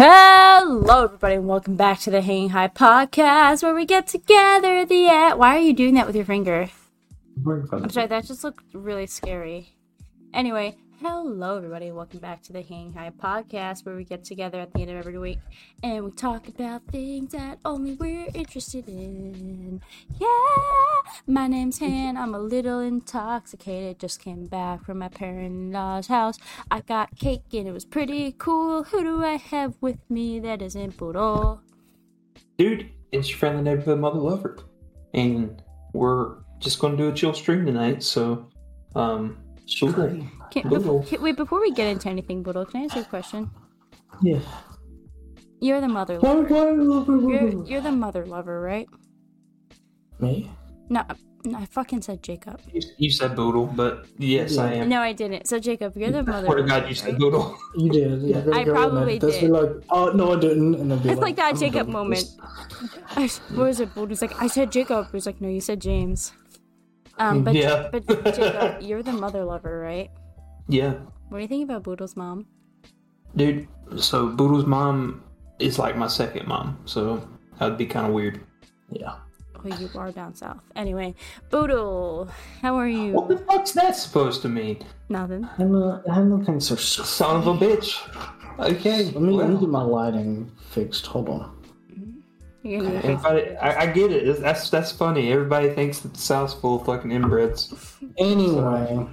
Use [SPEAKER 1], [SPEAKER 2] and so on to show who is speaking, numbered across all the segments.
[SPEAKER 1] Hello, everybody, and welcome back to the Hanging High podcast, where we get together at the end. Why are you doing that with your finger? I'm sorry, that just looked really scary. Anyway, hello, everybody, and welcome back to the Hanging High podcast, where we get together at the end of every week and we talk about things that only we're interested in. Yeah, my name's Han. I'm a little intoxicated. Just came back from my parents' house. I got cake and it was pretty cool. Who do I have with me that isn't Boodle?
[SPEAKER 2] Dude, it's your friendly neighborhood mother lover. And we're just going to do a chill stream tonight, so, um, sure.
[SPEAKER 1] Can,
[SPEAKER 2] Boodle.
[SPEAKER 1] bef- can- wait, before we get into anything, Boodle, can I ask you a question?
[SPEAKER 2] Yeah.
[SPEAKER 1] You're the mother
[SPEAKER 2] Why-
[SPEAKER 1] lover.
[SPEAKER 2] why love her,
[SPEAKER 1] You're,
[SPEAKER 2] Boodle?
[SPEAKER 1] you're the mother lover, right?
[SPEAKER 2] Me?
[SPEAKER 1] No, I- no, I fucking said Jacob.
[SPEAKER 2] You, you said Boodle, but yes, I am.
[SPEAKER 1] No, I didn't. So Jacob, you're the mother.
[SPEAKER 2] Swear to
[SPEAKER 1] lover,
[SPEAKER 2] God, you said
[SPEAKER 1] right?
[SPEAKER 2] Boodle.
[SPEAKER 3] You did. You're gonna
[SPEAKER 1] I
[SPEAKER 3] go in and
[SPEAKER 1] probably
[SPEAKER 3] just
[SPEAKER 1] did.
[SPEAKER 3] Be like, oh no, I didn't, and then be
[SPEAKER 1] It's like that
[SPEAKER 3] "I'm
[SPEAKER 1] Jacob
[SPEAKER 3] done."
[SPEAKER 1] moment. I, s- what was it? Boulder's like, I said Jacob. He's like, no, you said James. Um, but
[SPEAKER 2] Yeah.
[SPEAKER 1] but Jacob, you're the mother lover, right?
[SPEAKER 2] Yeah.
[SPEAKER 1] What do you think about Boodle's mom?
[SPEAKER 2] Dude, so Boodle's mom is like my second mom, so that would be kind of weird.
[SPEAKER 3] Yeah.
[SPEAKER 1] Oh, you are down south. Anyway, Boodle, how are
[SPEAKER 2] What the
[SPEAKER 1] you?
[SPEAKER 2] fuck's that supposed to mean?
[SPEAKER 1] Nothing.
[SPEAKER 3] Handle, handle things are. s-
[SPEAKER 2] Son of a bitch. Okay.
[SPEAKER 3] Let me, let me
[SPEAKER 2] well.
[SPEAKER 3] get my lighting fixed. Hold on.
[SPEAKER 1] You're gonna be
[SPEAKER 2] Everybody, I, I get it. It's- That's that's funny. Everybody thinks that the South's full of fucking inbreds.
[SPEAKER 3] Anyway,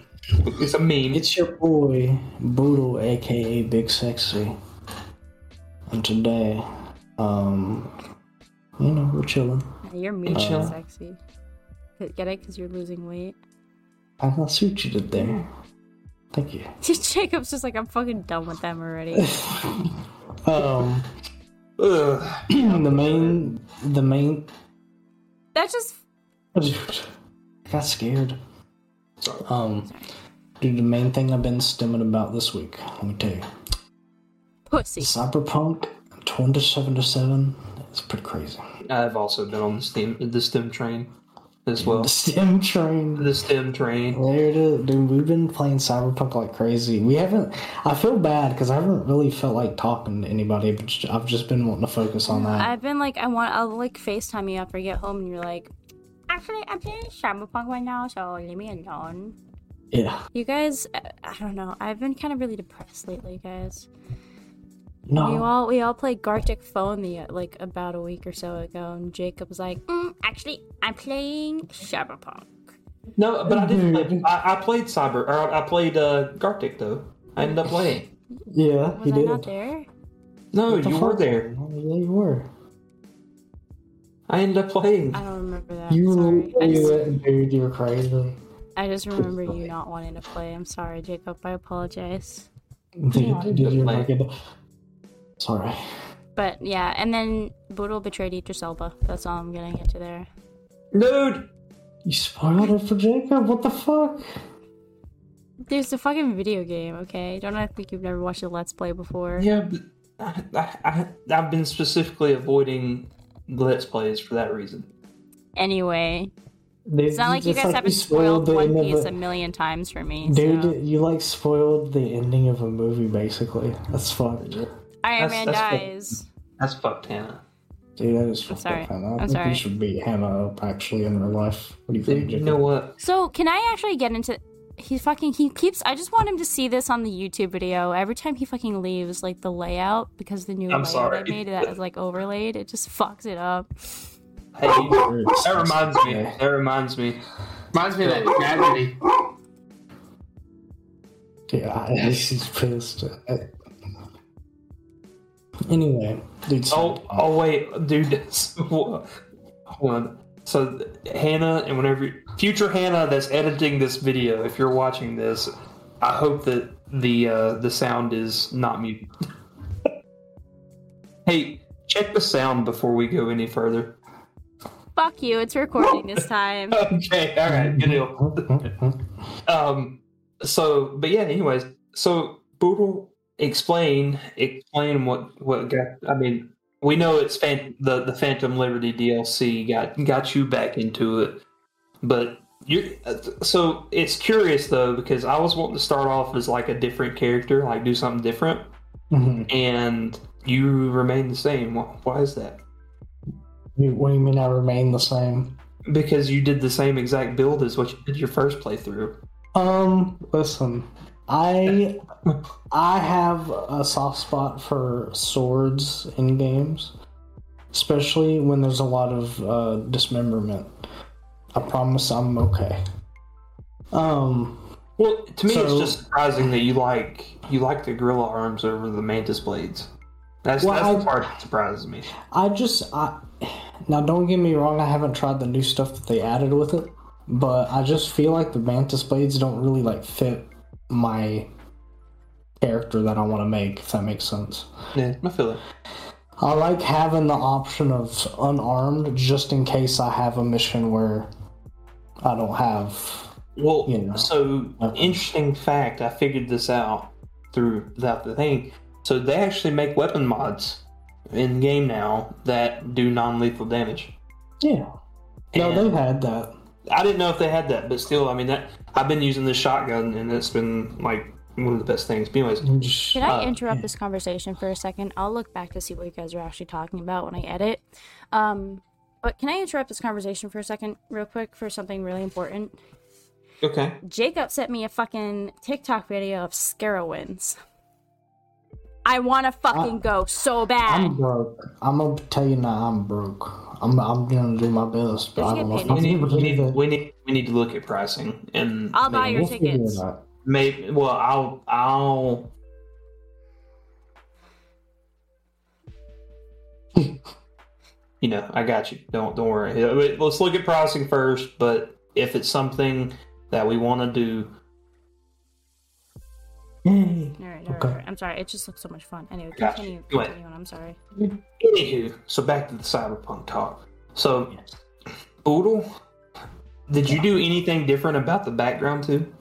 [SPEAKER 2] It's a meme.
[SPEAKER 3] it's your boy Boodle, aka Big Sexy, and today, um, you know we're chilling.
[SPEAKER 1] you're mean
[SPEAKER 2] Chill.
[SPEAKER 1] and sexy. Get it? Cause you're losing weight.
[SPEAKER 3] I, I see what you did there. Thank you.
[SPEAKER 1] Jacob's just like, I'm fucking done with them already.
[SPEAKER 3] Um,
[SPEAKER 2] Ugh.
[SPEAKER 3] the main, the main
[SPEAKER 1] That's just
[SPEAKER 3] Dude, I got scared. Um, dude, the main thing I've been stimming about this week, let me tell you,
[SPEAKER 1] pussy.
[SPEAKER 3] Cyberpunk 27 It's pretty crazy.
[SPEAKER 2] I've also been on the stem the stem train as well.
[SPEAKER 3] The stem train.
[SPEAKER 2] The stem train.
[SPEAKER 3] There it is, dude. We've been playing Cyberpunk like crazy. We haven't. I feel bad because I haven't really felt like talking to anybody. But j- I've just been wanting to focus on that.
[SPEAKER 1] I've been like, I want, I'll like FaceTime you after I get home, and you're like, actually, I'm playing Cyberpunk right now, so leave me alone.
[SPEAKER 3] yeah.
[SPEAKER 1] You guys, I, I don't know. I've been kind of really depressed lately, guys. We
[SPEAKER 3] No.
[SPEAKER 1] all we all played Gartic Phone the uh, like about a week or so ago, and Jacob was like, mm, actually, I'm playing Cyberpunk.
[SPEAKER 2] No, but I didn't. Play,
[SPEAKER 3] Mm-hmm.
[SPEAKER 2] I, I played cyber. Or I played uh, Gartic though. I ended up playing.
[SPEAKER 3] Yeah,
[SPEAKER 1] Was
[SPEAKER 3] you
[SPEAKER 1] I
[SPEAKER 3] did.
[SPEAKER 1] not there?
[SPEAKER 2] No,
[SPEAKER 3] What the
[SPEAKER 2] you were
[SPEAKER 3] fuck?
[SPEAKER 2] there.
[SPEAKER 3] Yeah, you were.
[SPEAKER 2] I ended up playing.
[SPEAKER 1] I don't remember that.
[SPEAKER 3] You
[SPEAKER 1] sorry. I
[SPEAKER 3] knew
[SPEAKER 1] just,
[SPEAKER 3] it, dude. You were crazy.
[SPEAKER 1] I just remember you not wanting to play. I'm sorry, Jacob. I apologize.
[SPEAKER 3] Dude,
[SPEAKER 2] Yeah, I
[SPEAKER 3] dude,
[SPEAKER 2] didn't
[SPEAKER 3] you're
[SPEAKER 2] play.
[SPEAKER 3] not good. Sorry.
[SPEAKER 1] But yeah, and then Boodle betrayed Idris Elba. That's all I'm gonna get to there.
[SPEAKER 2] Dude,
[SPEAKER 3] You spoiled it for Jacob. What the fuck?
[SPEAKER 1] There's a fucking video game, okay? Don't I think you've never watched a Let's Play before?
[SPEAKER 2] yeah, but I, I, I, I've been specifically avoiding let's plays for that reason.
[SPEAKER 1] Anyway,
[SPEAKER 3] Dude,
[SPEAKER 1] it's not like you
[SPEAKER 3] just
[SPEAKER 1] guys haven't spoiled
[SPEAKER 3] the
[SPEAKER 1] One
[SPEAKER 3] end of
[SPEAKER 1] Piece
[SPEAKER 3] a-
[SPEAKER 1] a million times for me.
[SPEAKER 3] Dude,
[SPEAKER 1] so.
[SPEAKER 3] you like spoiled the ending of a movie basically. That's fucked. Dude,
[SPEAKER 1] Iron
[SPEAKER 2] that's-
[SPEAKER 1] Man
[SPEAKER 2] that's what-
[SPEAKER 1] dies.
[SPEAKER 2] That's fucked, Hannah.
[SPEAKER 3] that is fucked
[SPEAKER 1] sorry.
[SPEAKER 3] up, Hannah. I
[SPEAKER 1] I'm
[SPEAKER 3] think
[SPEAKER 1] sorry.
[SPEAKER 3] you should beat Hannah up actually in real life. What do you think,
[SPEAKER 2] Dude, you
[SPEAKER 3] Jacob?
[SPEAKER 2] know what?
[SPEAKER 1] So can I actually get into? He fucking he keeps. I just want him to see this on the YouTube video every time he fucking leaves, like the layout because the new
[SPEAKER 2] I'm
[SPEAKER 1] layout I
[SPEAKER 2] sorry.
[SPEAKER 1] made that is like overlaid. It just fucks it up.
[SPEAKER 2] Hey, that reminds me. That reminds me.
[SPEAKER 4] Reminds me of that tragedy.
[SPEAKER 3] Yeah, I, she's pissed. I- Anyway, dude.
[SPEAKER 2] Oh, oh wait, dude. So, hold on. So Hannah, and whenever future Hannah that's editing this video, if you're watching this, I hope that the uh, the sound is not muted. hey, check the sound before we go any further.
[SPEAKER 1] Fuck you. It's recording this time.
[SPEAKER 2] Okay, all right, good deal. Um, so, but yeah. Anyways, so Boodle, explain, explain what what got. I mean, we know it's fan, the the Phantom Liberty DLC got got you back into it, but you. So it's curious though because I was wanting to start off as like a different character, like do something different,
[SPEAKER 3] Mhm.
[SPEAKER 2] and you remain the same. Why, why is that?
[SPEAKER 3] You- What do you mean I remain the same?
[SPEAKER 2] Because you did the same exact build as what you did your first playthrough.
[SPEAKER 3] Um, listen, I I have a soft spot for swords in games, especially when there's a lot of uh, dismemberment. I promise I'm okay. Um,
[SPEAKER 2] Well, to me, it's
[SPEAKER 3] So-
[SPEAKER 2] just surprising that you like you like the gorilla arms over the mantis blades. That's
[SPEAKER 3] Well,
[SPEAKER 2] that's the
[SPEAKER 3] I-
[SPEAKER 2] part that surprises me.
[SPEAKER 3] I just I now don't get me wrong, I haven't tried the new stuff that they added with it, but I just feel like the mantis blades don't really like fit my character that I want to make, if that makes sense.
[SPEAKER 2] Yeah, I feel it.
[SPEAKER 3] I like having the option of unarmed just in case I have a mission where I don't have
[SPEAKER 2] Well,
[SPEAKER 3] You know.
[SPEAKER 2] so interesting fact. I figured this out through without the thing. So they actually make weapon mods in game now that do non-lethal damage.
[SPEAKER 3] Yeah. No,
[SPEAKER 2] And-
[SPEAKER 3] they've had that.
[SPEAKER 2] I didn't know if they had that, but still, I mean, that I've been using this shotgun, and it's been like one of the best things. But anyways,
[SPEAKER 3] I'm just-
[SPEAKER 1] Should I
[SPEAKER 2] Uh,
[SPEAKER 1] interrupt this conversation for a second? I'll look back to see what you guys are actually talking about when I edit. Um, but can I interrupt this conversation for a second, real quick, for something really important?
[SPEAKER 2] okay,
[SPEAKER 1] Jacob sent me a fucking TikTok video of Scarowinds. I want to fucking
[SPEAKER 2] Ah.
[SPEAKER 1] go so bad.
[SPEAKER 3] I'm broke. I'm gonna tell you now. I'm broke. I'm I'm gonna do my best, but
[SPEAKER 1] Let's
[SPEAKER 3] I
[SPEAKER 1] get
[SPEAKER 3] don't know if
[SPEAKER 1] paid.
[SPEAKER 2] we
[SPEAKER 3] I'm
[SPEAKER 2] need,
[SPEAKER 3] able to
[SPEAKER 2] we
[SPEAKER 3] do
[SPEAKER 2] need
[SPEAKER 3] that.
[SPEAKER 2] we need we need to look at pricing, and
[SPEAKER 1] I'll buy your
[SPEAKER 3] We'll figure it
[SPEAKER 1] tickets.
[SPEAKER 3] out.
[SPEAKER 2] maybe well, I'll I'll you know I got you. Don't don't worry. Yeah, wait, Let's look at pricing first, but if it's something that we want to do.
[SPEAKER 1] All right, all right,
[SPEAKER 3] Okay.
[SPEAKER 1] all right. I'm sorry. It just looks so much fun. Anyway,
[SPEAKER 2] Gotcha.
[SPEAKER 1] continue.
[SPEAKER 2] Go ahead.
[SPEAKER 1] continue on. I'm sorry.
[SPEAKER 2] Anywho, so back to the cyberpunk talk. So, Boodle, did you do anything different about the background too,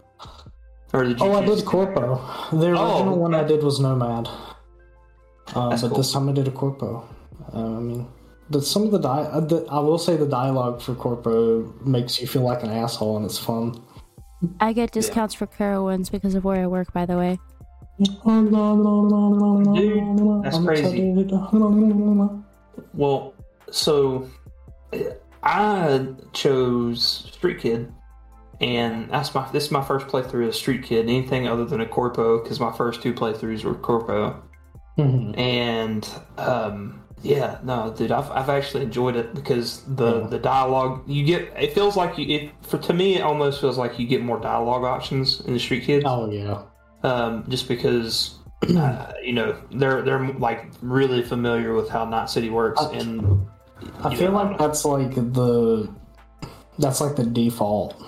[SPEAKER 2] or did you?
[SPEAKER 3] Oh, I
[SPEAKER 2] just-
[SPEAKER 3] did corpo.
[SPEAKER 2] Oh,
[SPEAKER 3] The original one I
[SPEAKER 2] okay.
[SPEAKER 3] did was nomad, uh, but
[SPEAKER 2] That's cool.
[SPEAKER 3] this time I did a corpo. Uh, I mean, the, some of the, di- uh, the I will say the dialogue for corpo makes you feel like an asshole, and it's fun.
[SPEAKER 1] I get discounts for Carowinds because of where I work, by the way.
[SPEAKER 2] that's crazy. Well, so eh, I chose Street Kid, and that's my this is my first playthrough of Street Kid. Anything other than a corpo, because my first two playthroughs were corpo.
[SPEAKER 3] Mhm.
[SPEAKER 2] and um yeah no dude i've, I've actually enjoyed it because the the dialogue you get it feels like you it for to me it almost feels like you get more dialogue options in the street kids
[SPEAKER 3] Oh yeah.
[SPEAKER 2] um just because uh, you know they're they're like really familiar with how night city works and
[SPEAKER 3] I feel like that's like the that's like the default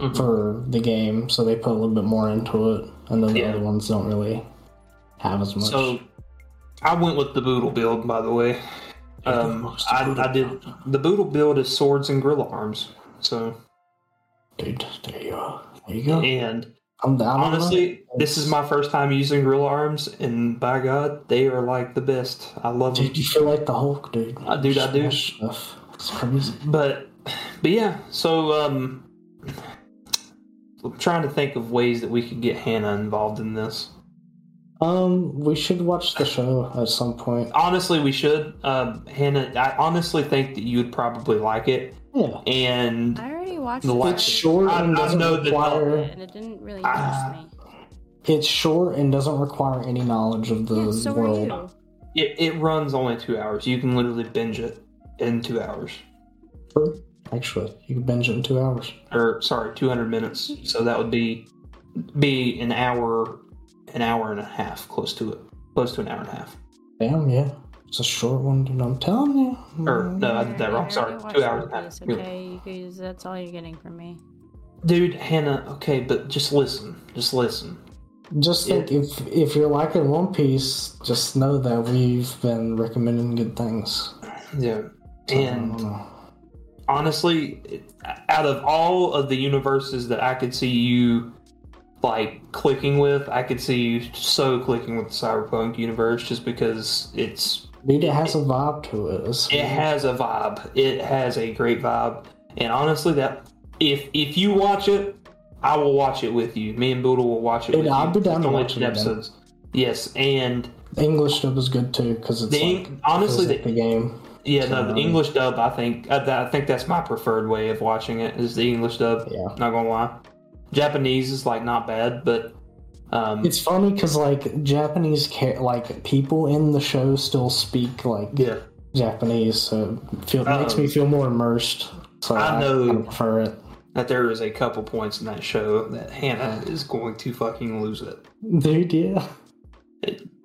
[SPEAKER 2] Mm-hmm.
[SPEAKER 3] for the game, so they put a little bit more into it, and then the
[SPEAKER 2] Yeah.
[SPEAKER 3] other ones don't really have as much.
[SPEAKER 2] so i went with the boodle build by the way um i, I did the boodle build is swords and gorilla arms so
[SPEAKER 3] Dude, there you are. There you go.
[SPEAKER 2] and
[SPEAKER 3] I'm down. on that.
[SPEAKER 2] Honestly, this is my first time using real arms, and by God, they are like the best. I love them.
[SPEAKER 3] dude, you feel like the Hulk, dude.
[SPEAKER 2] I- dude, I do.
[SPEAKER 3] Smash Stuff. It's crazy.
[SPEAKER 2] But, but yeah. So, um, I'm trying to think of ways that we could get Hannah involved in this.
[SPEAKER 3] Um, we should watch the show at some point.
[SPEAKER 2] Honestly, we should. Um, Hannah, I honestly think that you would probably like it,
[SPEAKER 3] Yeah,
[SPEAKER 2] and
[SPEAKER 1] I already watched
[SPEAKER 2] The
[SPEAKER 1] it,
[SPEAKER 2] lights
[SPEAKER 1] but
[SPEAKER 3] it's short
[SPEAKER 2] I- I
[SPEAKER 3] and doesn't
[SPEAKER 2] know that-
[SPEAKER 3] require.
[SPEAKER 1] and it didn't really interest
[SPEAKER 2] Ah.
[SPEAKER 1] me.
[SPEAKER 3] It's short and doesn't require any knowledge of the
[SPEAKER 1] Yeah, so are
[SPEAKER 3] world.
[SPEAKER 1] you.
[SPEAKER 2] it, it runs only two hours. You can literally binge it in two hours,
[SPEAKER 3] Actually, you can binge it in two hours.
[SPEAKER 2] or sorry, 200 minutes. So that would be be an hour, an hour and a half, close to it, close to an hour and a half.
[SPEAKER 3] Damn, yeah. It's a short one, dude. I'm telling you.
[SPEAKER 2] Or uh, no, I did that wrong.
[SPEAKER 1] I
[SPEAKER 2] Sorry,
[SPEAKER 1] already watched
[SPEAKER 2] two hours and a half.
[SPEAKER 1] movies, Okay, you guys, that's all you're getting from me.
[SPEAKER 2] Dude, Hannah. Okay, but just listen. Just listen.
[SPEAKER 3] Just think if if you're liking One Piece, just know that we've been recommending good things.
[SPEAKER 2] Yeah.
[SPEAKER 3] I don't
[SPEAKER 2] And
[SPEAKER 3] know.
[SPEAKER 2] honestly, it- out of all of the universes that I could see you like clicking with, I could see you so clicking with the cyberpunk universe just because it's
[SPEAKER 3] Dude, it has a vibe to it. It's-
[SPEAKER 2] it has a vibe. It has a great vibe. And honestly, that if if you watch it, I will watch it with you. Me and Boodle will watch it.
[SPEAKER 3] Dude,
[SPEAKER 2] with
[SPEAKER 3] I'll
[SPEAKER 2] you.
[SPEAKER 3] be down
[SPEAKER 2] It's
[SPEAKER 3] to
[SPEAKER 2] only
[SPEAKER 3] watch it
[SPEAKER 2] 10
[SPEAKER 3] again.
[SPEAKER 2] Yes, and
[SPEAKER 3] English dub is good too because it's
[SPEAKER 2] The
[SPEAKER 3] like,
[SPEAKER 2] Eng- honestly,
[SPEAKER 3] feels like
[SPEAKER 2] the-
[SPEAKER 3] the game.
[SPEAKER 2] Yeah, no,
[SPEAKER 3] Um,
[SPEAKER 2] the English dub. I think I, I think that's my preferred way of watching it is the English dub.
[SPEAKER 3] Yeah.
[SPEAKER 2] Not gonna lie, Japanese is like not bad, but um,
[SPEAKER 3] It's funny because like Japanese ca- like people in the show still speak like
[SPEAKER 2] yeah.
[SPEAKER 3] Japanese, so it feel,
[SPEAKER 2] Um,
[SPEAKER 3] makes me feel more immersed. So
[SPEAKER 2] I
[SPEAKER 3] I,
[SPEAKER 2] know-
[SPEAKER 3] I prefer it.
[SPEAKER 2] That there is a couple points in that show that Hannah is going to fucking lose it.
[SPEAKER 3] Dude, yeah,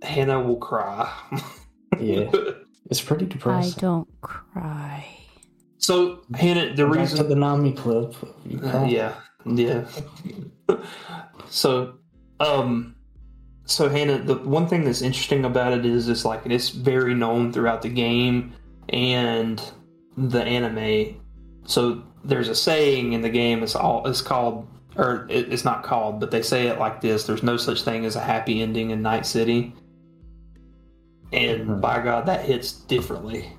[SPEAKER 2] Hannah will cry.
[SPEAKER 3] yeah, it's pretty
[SPEAKER 1] I
[SPEAKER 3] depressing.
[SPEAKER 1] don't cry.
[SPEAKER 2] so Hannah, the
[SPEAKER 3] Back to
[SPEAKER 2] reason,
[SPEAKER 3] the Nami clip. You
[SPEAKER 2] uh,
[SPEAKER 3] can't-
[SPEAKER 2] yeah, yeah. so, um, so Hannah, the one thing that's interesting about it is it's like it's very known throughout the game and the anime. So there's a saying in the game. It's all it's called, or it, it's not called, but they say it like this: "There's no such thing as a happy ending in Night City." And
[SPEAKER 3] Mhm.
[SPEAKER 2] by God, that hits differently.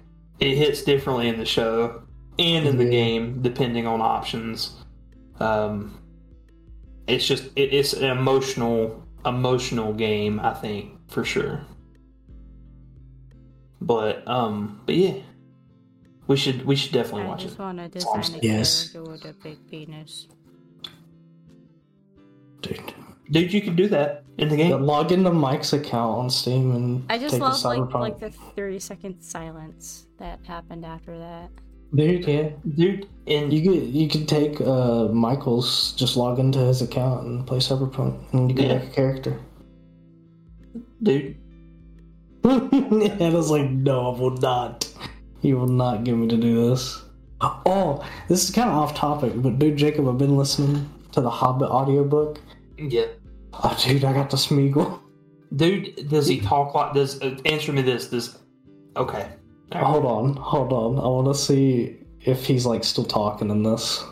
[SPEAKER 2] It hits differently in the show and in the
[SPEAKER 3] Yeah.
[SPEAKER 2] game, depending on options. Um, it's just it, it's an emotional emotional game, I think for sure. But um, but yeah, we should we should definitely
[SPEAKER 1] I
[SPEAKER 2] watch it.
[SPEAKER 1] just want to design a
[SPEAKER 3] Yes.
[SPEAKER 1] character with a big penis.
[SPEAKER 3] dude.
[SPEAKER 2] Dude, you can do that in the
[SPEAKER 3] Yeah,
[SPEAKER 2] game.
[SPEAKER 3] log into Mike's account on Steam and
[SPEAKER 1] I just
[SPEAKER 3] take
[SPEAKER 1] love
[SPEAKER 3] a
[SPEAKER 1] like
[SPEAKER 3] cyberpunk.
[SPEAKER 1] like the thirty second silence that happened after that.
[SPEAKER 3] dude, yeah.
[SPEAKER 2] Dude, and
[SPEAKER 3] You could you could take uh, Michael's, just log into his account and play Cyberpunk, and you can
[SPEAKER 2] Yeah.
[SPEAKER 3] make a character.
[SPEAKER 2] dude,
[SPEAKER 3] and I was like, no, I will not. You will not get me to do this. Oh, this is kind of off topic, but dude, Jacob, I've been listening to the Hobbit audiobook.
[SPEAKER 2] yeah,
[SPEAKER 3] Oh, dude, I got the Smeagol.
[SPEAKER 2] dude, does he talk like? Does uh, answer me this? This okay?
[SPEAKER 3] Hold on, hold on. I want to see if he's like still talking in this.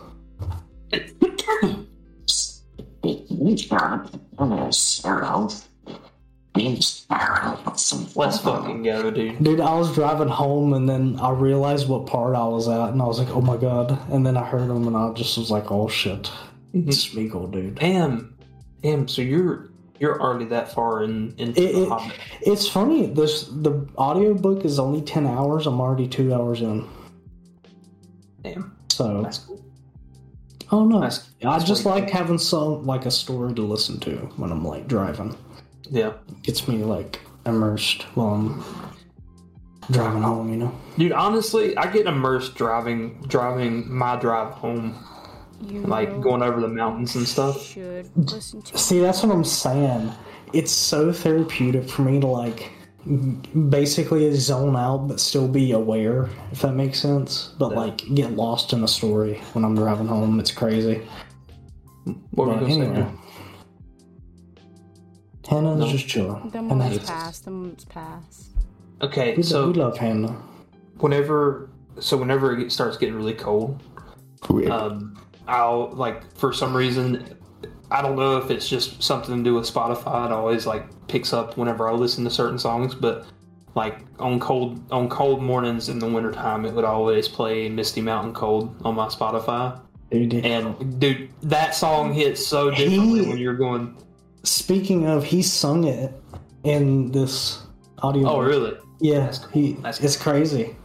[SPEAKER 2] Let's fucking go, dude.
[SPEAKER 3] Dude, I was driving home and then I realized what part I was at, and I was like, oh my god. And then I heard him and I just was like, oh shit. Smeagol, dude.
[SPEAKER 2] Damn, damn. So you're you're already that far in in
[SPEAKER 3] It-
[SPEAKER 2] the
[SPEAKER 3] it-
[SPEAKER 2] Hobbit.
[SPEAKER 3] It's funny. This the audiobook is only ten hours. I'm already two hours in.
[SPEAKER 2] Damn,
[SPEAKER 3] So
[SPEAKER 2] that's cool.
[SPEAKER 3] oh no,
[SPEAKER 2] That's,
[SPEAKER 3] I
[SPEAKER 2] that's
[SPEAKER 3] just
[SPEAKER 2] pretty
[SPEAKER 3] like having some like a story to listen to when I'm like driving.
[SPEAKER 2] cool. yeah,
[SPEAKER 3] Gets me like immersed while I'm driving home. You know.
[SPEAKER 2] dude. Honestly, I get immersed driving driving my drive home,
[SPEAKER 1] You
[SPEAKER 2] like going over the mountains and stuff.
[SPEAKER 1] should listen to.
[SPEAKER 3] See, that's what I'm saying. It's so therapeutic for me to like basically zone out but still be aware if that makes sense but like get lost in the story when i'm driving home it's crazy
[SPEAKER 2] What were you
[SPEAKER 3] But
[SPEAKER 2] gonna say?
[SPEAKER 3] anyway.
[SPEAKER 2] dude?
[SPEAKER 3] Hannah's
[SPEAKER 2] No.
[SPEAKER 3] just chilling.
[SPEAKER 1] The
[SPEAKER 3] Hannah
[SPEAKER 1] moment's
[SPEAKER 3] hates us.
[SPEAKER 1] passed. The moment's passed.
[SPEAKER 2] Okay,
[SPEAKER 3] We,
[SPEAKER 2] so
[SPEAKER 3] lo- we love Hannah.
[SPEAKER 2] whenever so whenever it starts getting really cold um i'll like for some reason i don't know if it's just something to do with spotify it always like picks up whenever i listen to certain songs but like on cold on cold mornings in the wintertime it would always play misty mountain cold on my spotify
[SPEAKER 3] Dude,
[SPEAKER 2] and dude that song hits so differently
[SPEAKER 3] He-
[SPEAKER 2] when you're going
[SPEAKER 3] speaking of, he sung it in this audio.
[SPEAKER 2] oh really
[SPEAKER 3] Yeah,
[SPEAKER 2] That's cool.
[SPEAKER 3] he,
[SPEAKER 2] That's
[SPEAKER 3] it's crazy.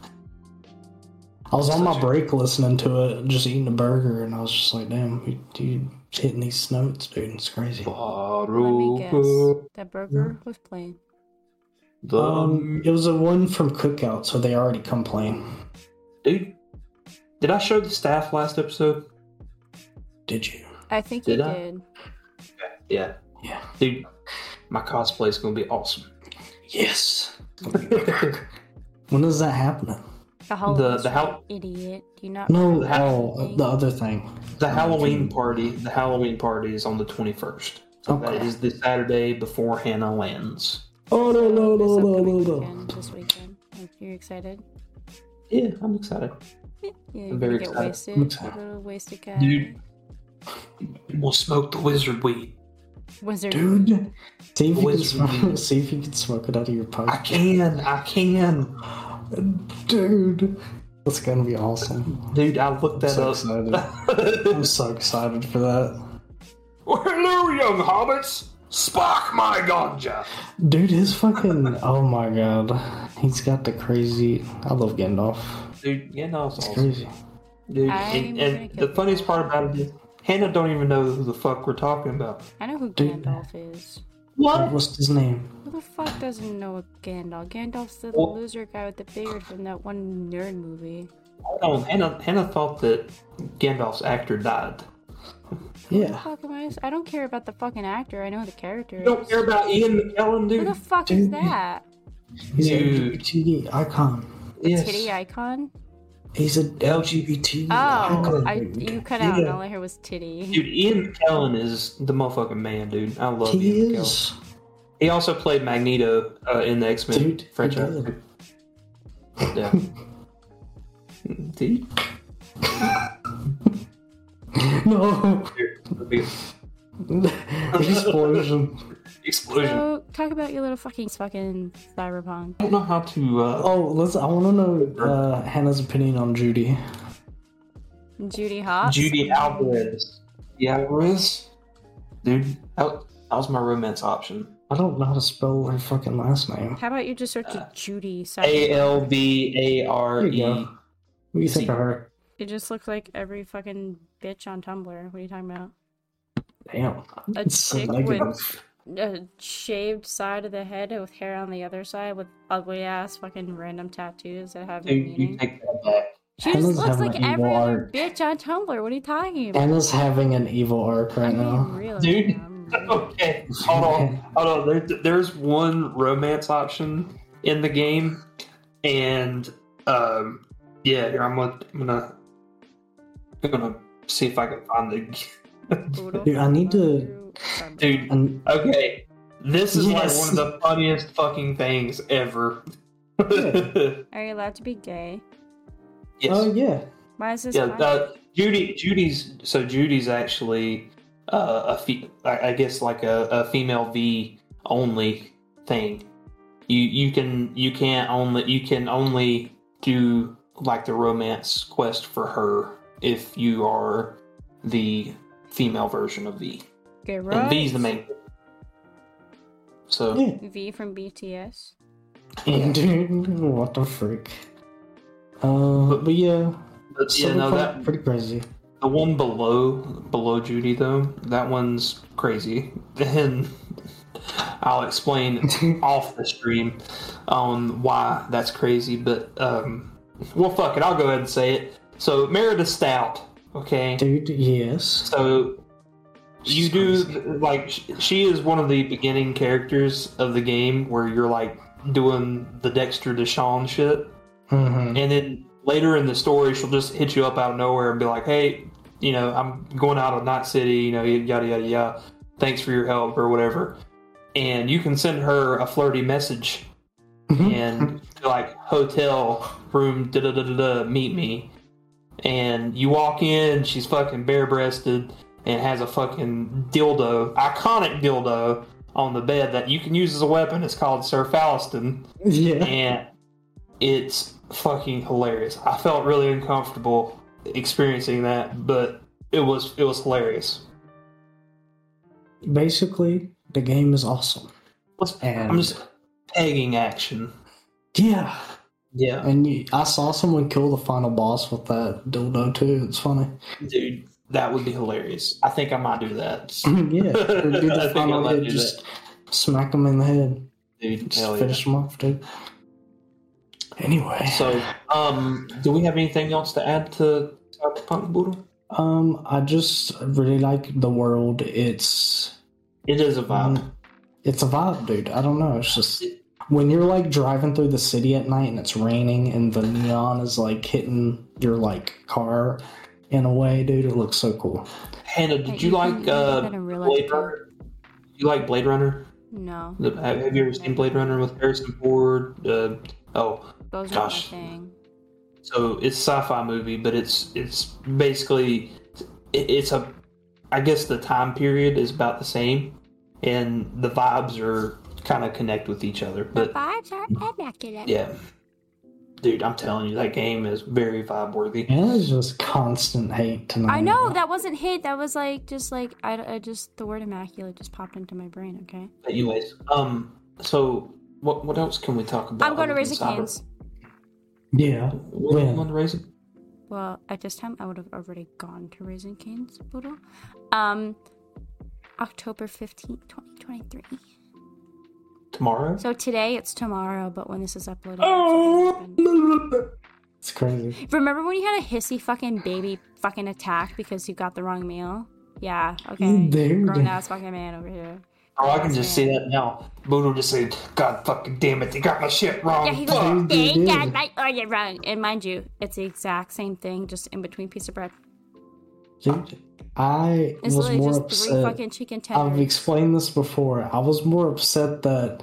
[SPEAKER 3] I was on my
[SPEAKER 2] Such a-
[SPEAKER 3] break listening to it, just eating a burger, and I was just like, "Damn, he- dude, he's hitting these notes, dude, it's crazy." Um,
[SPEAKER 1] Let me
[SPEAKER 2] Baruch
[SPEAKER 1] guess. That burger
[SPEAKER 3] Mm.
[SPEAKER 1] was plain.
[SPEAKER 2] the-
[SPEAKER 3] Um, it was a one from Cookout, so they already complain.
[SPEAKER 2] dude did i show the staff last episode
[SPEAKER 3] Did you?
[SPEAKER 1] I think
[SPEAKER 2] Did
[SPEAKER 1] you
[SPEAKER 2] I?
[SPEAKER 1] did.
[SPEAKER 2] Yeah.
[SPEAKER 3] Yeah.
[SPEAKER 2] Dude, my cosplay is going to be awesome.
[SPEAKER 3] Yes. When is that happening?
[SPEAKER 1] The
[SPEAKER 2] the
[SPEAKER 1] Halloween.
[SPEAKER 2] the hal-
[SPEAKER 1] idiot. Do you not?
[SPEAKER 3] No,
[SPEAKER 2] The ha-
[SPEAKER 3] oh, the other thing.
[SPEAKER 2] the Halloween party, the Halloween party is on the 21st. So that
[SPEAKER 3] Okay.
[SPEAKER 2] is the Saturday before Hannah lands.
[SPEAKER 3] Oh no no
[SPEAKER 1] This
[SPEAKER 3] no no
[SPEAKER 1] upcoming
[SPEAKER 3] no no!
[SPEAKER 1] weekend, This weekend. Are you excited?
[SPEAKER 2] Yeah, I'm excited.
[SPEAKER 1] Yeah, you
[SPEAKER 2] I'm very
[SPEAKER 1] gonna get
[SPEAKER 2] excited.
[SPEAKER 1] wasted.
[SPEAKER 3] Okay.
[SPEAKER 1] you little wasted guy.
[SPEAKER 2] Dude. We'll smoke the wizard weed.
[SPEAKER 1] Wizard.
[SPEAKER 3] Dude, see if you can
[SPEAKER 2] Always
[SPEAKER 3] smoke,
[SPEAKER 2] remember.
[SPEAKER 3] see if you can smoke it out of your
[SPEAKER 2] I
[SPEAKER 3] pipe,
[SPEAKER 2] can, I can.
[SPEAKER 3] dude. That's gonna be awesome.
[SPEAKER 2] Dude, I looked
[SPEAKER 3] I'm
[SPEAKER 2] that up.
[SPEAKER 3] so excited. I'm so excited for that.
[SPEAKER 2] Well, hello, young hobbits. Spark my ganja.
[SPEAKER 3] Dude, his fucking. oh my god. He's got the crazy. I love Gandalf.
[SPEAKER 2] Dude, yeah, no, it's
[SPEAKER 3] It's
[SPEAKER 2] awesome.
[SPEAKER 3] crazy.
[SPEAKER 2] Dude,
[SPEAKER 1] I'm
[SPEAKER 2] and,
[SPEAKER 1] gonna
[SPEAKER 2] and
[SPEAKER 1] kill
[SPEAKER 2] the funniest part about it is Hannah don't even know who the fuck we're talking about.
[SPEAKER 1] I know who
[SPEAKER 3] Dude.
[SPEAKER 1] Gandalf is.
[SPEAKER 3] What's his name?
[SPEAKER 1] Who the fuck doesn't know a Gandalf? Gandalf's the
[SPEAKER 2] Well-
[SPEAKER 1] loser guy with the beard from that one nerd movie.
[SPEAKER 2] Oh, Hannah, Hannah thought that Gandalf's actor died.
[SPEAKER 3] Yeah.
[SPEAKER 1] Fuck am I? I don't care about the fucking actor. I know the character.
[SPEAKER 2] You don't
[SPEAKER 1] is.
[SPEAKER 2] care about Ian McKellen,
[SPEAKER 1] Who the
[SPEAKER 2] dude?
[SPEAKER 1] fuck is
[SPEAKER 3] Dude.
[SPEAKER 1] that?
[SPEAKER 3] He's an
[SPEAKER 2] Dude.
[SPEAKER 3] LGBT icon.
[SPEAKER 1] Titty icon?
[SPEAKER 3] He's an LGBT
[SPEAKER 1] Oh,
[SPEAKER 3] icon.
[SPEAKER 1] I,
[SPEAKER 3] dude.
[SPEAKER 1] you cut out and
[SPEAKER 3] Yeah.
[SPEAKER 1] all I hear was titty.
[SPEAKER 2] Dude, Ian McKellen is the motherfucking man, dude. I love
[SPEAKER 3] He
[SPEAKER 2] Ian McKellen.
[SPEAKER 3] is.
[SPEAKER 2] He also played Magneto uh, in the X Men
[SPEAKER 3] Dude, he
[SPEAKER 2] franchise.
[SPEAKER 3] did.
[SPEAKER 2] Yeah. dude,
[SPEAKER 3] No.
[SPEAKER 2] here, the big
[SPEAKER 3] Explosion.
[SPEAKER 2] explosion. I
[SPEAKER 1] So, talk about your little fucking fucking cyberpunk.
[SPEAKER 2] don't know how to. Uh,
[SPEAKER 3] Oh, let's. I want to know uh, Hannah's opinion on Judy.
[SPEAKER 1] Judy Hopps?
[SPEAKER 2] Judy Alvarez. Yeah, Alvarez. Dude, that, that was my romance option.
[SPEAKER 3] I don't know how to spell her fucking last name.
[SPEAKER 1] How about you just search Judy
[SPEAKER 2] Uh, A
[SPEAKER 1] cyberpunk?
[SPEAKER 2] L V A R
[SPEAKER 3] There you
[SPEAKER 2] E.
[SPEAKER 3] go. What do you think of her?
[SPEAKER 1] It just looks like every fucking bitch on Tumblr. What are you talking about?
[SPEAKER 3] Damn.
[SPEAKER 1] A
[SPEAKER 3] It's so
[SPEAKER 1] chick
[SPEAKER 3] negative.
[SPEAKER 1] with a shaved side of the head with hair on the other side with ugly ass fucking random tattoos that have no
[SPEAKER 2] Dude, you
[SPEAKER 1] meaning.
[SPEAKER 2] take that back.
[SPEAKER 1] She just
[SPEAKER 3] Hannah's
[SPEAKER 1] looks
[SPEAKER 3] having
[SPEAKER 1] like
[SPEAKER 3] an evil
[SPEAKER 1] every other
[SPEAKER 3] arc.
[SPEAKER 1] bitch on Tumblr. What are you talking about?
[SPEAKER 3] Hannah's having an evil arc right
[SPEAKER 1] I'm being
[SPEAKER 3] now.
[SPEAKER 1] real.
[SPEAKER 2] Dude.
[SPEAKER 1] right now, I'm real.
[SPEAKER 2] Okay, hold on, hold on. There, there's one romance option in the game, and um, yeah, here, I'm gonna, I'm gonna, I'm gonna see if I can find the
[SPEAKER 1] Poodle
[SPEAKER 3] Dude, I need to-
[SPEAKER 1] Thumbs up.
[SPEAKER 2] dude.
[SPEAKER 3] And
[SPEAKER 2] Okay, this is
[SPEAKER 3] Yes.
[SPEAKER 2] like one of the funniest fucking things ever. yes,
[SPEAKER 1] Are you allowed to be gay?
[SPEAKER 3] oh yeah,
[SPEAKER 1] Why is this?
[SPEAKER 2] yeah.
[SPEAKER 1] fine?
[SPEAKER 2] Uh, Judy, Judy's so Judy's actually uh, a fe- I, I guess like a, a female V only thing. You you can you can't only you can only do like the romance quest for her if you are the female version of V.
[SPEAKER 1] Gay
[SPEAKER 2] And
[SPEAKER 1] rights.
[SPEAKER 2] V's the main. So
[SPEAKER 3] yeah.
[SPEAKER 1] V from BTS.
[SPEAKER 3] Dude, what the freak? Uh, but yeah,
[SPEAKER 2] but, yeah,
[SPEAKER 3] Cyberpunk,
[SPEAKER 2] no, that
[SPEAKER 3] pretty crazy.
[SPEAKER 2] The one below below Judy though, that one's crazy. And I'll explain off the stream on why that's crazy, but um well fuck it, I'll go ahead and say it. So Meredith Stout, okay?
[SPEAKER 3] Dude, yes.
[SPEAKER 2] So you
[SPEAKER 3] She's
[SPEAKER 2] do like sh- she is one of the beginning characters of the game where you're like doing the Dexter Deshawn shit.
[SPEAKER 3] Mm-hmm.
[SPEAKER 2] And then later in the story, she'll just hit you up out of nowhere and be like, hey, you know, I'm going out of Night City, you know, yada, yada, yada. Thanks for your help or whatever. And you can send her a flirty message and be like, hotel room, da da da da da, meet me. And you walk in, she's fucking bare breasted and has a fucking dildo, iconic dildo on the bed that you can use as a weapon. It's called Sir Falliston
[SPEAKER 3] Yeah.
[SPEAKER 2] and it's fucking hilarious. I felt really uncomfortable experiencing that, but it was it was hilarious.
[SPEAKER 3] Basically, the game is awesome.
[SPEAKER 2] What's-
[SPEAKER 3] And-
[SPEAKER 2] I'm just pegging action.
[SPEAKER 3] Yeah.
[SPEAKER 2] Yeah,
[SPEAKER 3] And you, I saw someone kill the final boss with that dildo too. It's funny.
[SPEAKER 2] dude, that would be hilarious. I think I might do that.
[SPEAKER 3] yeah. Or do
[SPEAKER 2] I
[SPEAKER 3] the
[SPEAKER 2] think I
[SPEAKER 3] final
[SPEAKER 2] might
[SPEAKER 3] hit,
[SPEAKER 2] do
[SPEAKER 3] just smack him in the head.
[SPEAKER 2] Dude,
[SPEAKER 3] Just
[SPEAKER 2] hell yeah.
[SPEAKER 3] finish him off, dude. Anyway.
[SPEAKER 2] So, um, do we have anything else to add to Cyberpunk Boodle?
[SPEAKER 3] Um, I just really like the world. It's um,
[SPEAKER 2] It is a vibe.
[SPEAKER 3] Mm. it's a vibe, dude. I don't know. It's just when you're like driving through the city at night and it's raining and the neon is like hitting your like car in a way, dude. It looks so cool.
[SPEAKER 2] Hannah, did
[SPEAKER 1] Like,
[SPEAKER 2] you
[SPEAKER 1] you can-
[SPEAKER 2] like
[SPEAKER 1] you can
[SPEAKER 2] uh,
[SPEAKER 1] get a real
[SPEAKER 2] Blade
[SPEAKER 1] life
[SPEAKER 2] Runner? You like Blade Runner?
[SPEAKER 1] No,
[SPEAKER 2] Have have you ever seen Blade Runner with Harrison Ford? Uh, oh,
[SPEAKER 1] those are my
[SPEAKER 2] Gosh.
[SPEAKER 1] thing.
[SPEAKER 2] so it's sci-fi movie, but it's it's basically it, it's a I guess the time period is about the same, and the vibes are kind of connect with each other. But
[SPEAKER 1] Bye, John. I'm not gonna-
[SPEAKER 2] yeah, dude, I'm telling you, that game is very vibe worthy.
[SPEAKER 3] And it's just constant hate tonight.
[SPEAKER 1] I know that wasn't hate. That was like just like I, I just the word immaculate just popped into my brain. Okay,
[SPEAKER 2] But anyways, um, so what what else can we talk about?
[SPEAKER 1] I'm going to
[SPEAKER 2] other
[SPEAKER 1] raise
[SPEAKER 2] than
[SPEAKER 1] the
[SPEAKER 2] cyber-
[SPEAKER 1] cans.
[SPEAKER 3] Yeah.
[SPEAKER 2] What do you
[SPEAKER 3] When?
[SPEAKER 2] want to raise it?
[SPEAKER 1] Well, at this time, I would have already gone to Raising Cane's Boodle. Um, October 15th, 2023.
[SPEAKER 2] Tomorrow?
[SPEAKER 1] So today, it's tomorrow, but when this is uploaded. it's already happened.
[SPEAKER 2] Oh,
[SPEAKER 3] It's crazy.
[SPEAKER 1] Remember when you had a hissy fucking baby fucking attack because you got the wrong meal? Yeah, okay.
[SPEAKER 3] Mm, dude.
[SPEAKER 1] Grown ass fucking man over here.
[SPEAKER 2] Oh, I can just see that now. Boodle just said, God fucking damn it, they got my shit wrong.
[SPEAKER 1] Yeah, he
[SPEAKER 2] Fuck."
[SPEAKER 1] goes,
[SPEAKER 3] Dude, dude,
[SPEAKER 1] they got
[SPEAKER 3] dude.
[SPEAKER 1] my order wrong. And mind you, it's the exact same thing, just in between piece of bread.
[SPEAKER 3] Dude, I
[SPEAKER 1] It's
[SPEAKER 3] was
[SPEAKER 1] literally
[SPEAKER 3] more
[SPEAKER 1] just three
[SPEAKER 3] upset.
[SPEAKER 1] fucking chicken
[SPEAKER 3] I've
[SPEAKER 1] tenders.
[SPEAKER 3] explained this before. I was more upset that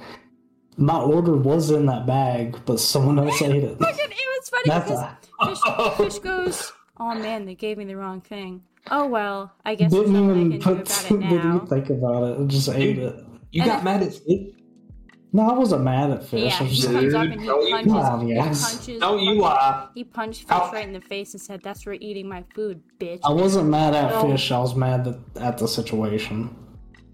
[SPEAKER 3] my order was in that bag, but someone else ate it.
[SPEAKER 1] Fucking- Oh it was funny
[SPEAKER 3] That's
[SPEAKER 1] because
[SPEAKER 3] a-
[SPEAKER 1] Fish, fish goes, oh man, they gave me the wrong thing. Oh well, I guess there's
[SPEAKER 3] Didn't
[SPEAKER 1] nothing I
[SPEAKER 3] even
[SPEAKER 1] can do
[SPEAKER 3] put.
[SPEAKER 1] about it
[SPEAKER 3] Didn't
[SPEAKER 1] now.
[SPEAKER 3] even think about it. I just ate
[SPEAKER 2] Dude.
[SPEAKER 3] it.
[SPEAKER 2] you got mad at me?
[SPEAKER 3] No, I wasn't mad at fish.
[SPEAKER 1] Yeah,
[SPEAKER 3] I was
[SPEAKER 1] he
[SPEAKER 3] just,
[SPEAKER 1] comes up
[SPEAKER 2] Dude,
[SPEAKER 1] and he
[SPEAKER 2] don't you
[SPEAKER 1] punches,
[SPEAKER 3] lie,
[SPEAKER 1] he
[SPEAKER 3] yes.
[SPEAKER 1] punches,
[SPEAKER 2] Don't you
[SPEAKER 1] fucking-
[SPEAKER 2] lie.
[SPEAKER 1] He punched fish
[SPEAKER 2] Ow.
[SPEAKER 1] right in the face and said, "That's for eating my food, bitch."
[SPEAKER 3] I wasn't mad at
[SPEAKER 1] No.
[SPEAKER 3] fish. I was mad at, at the situation.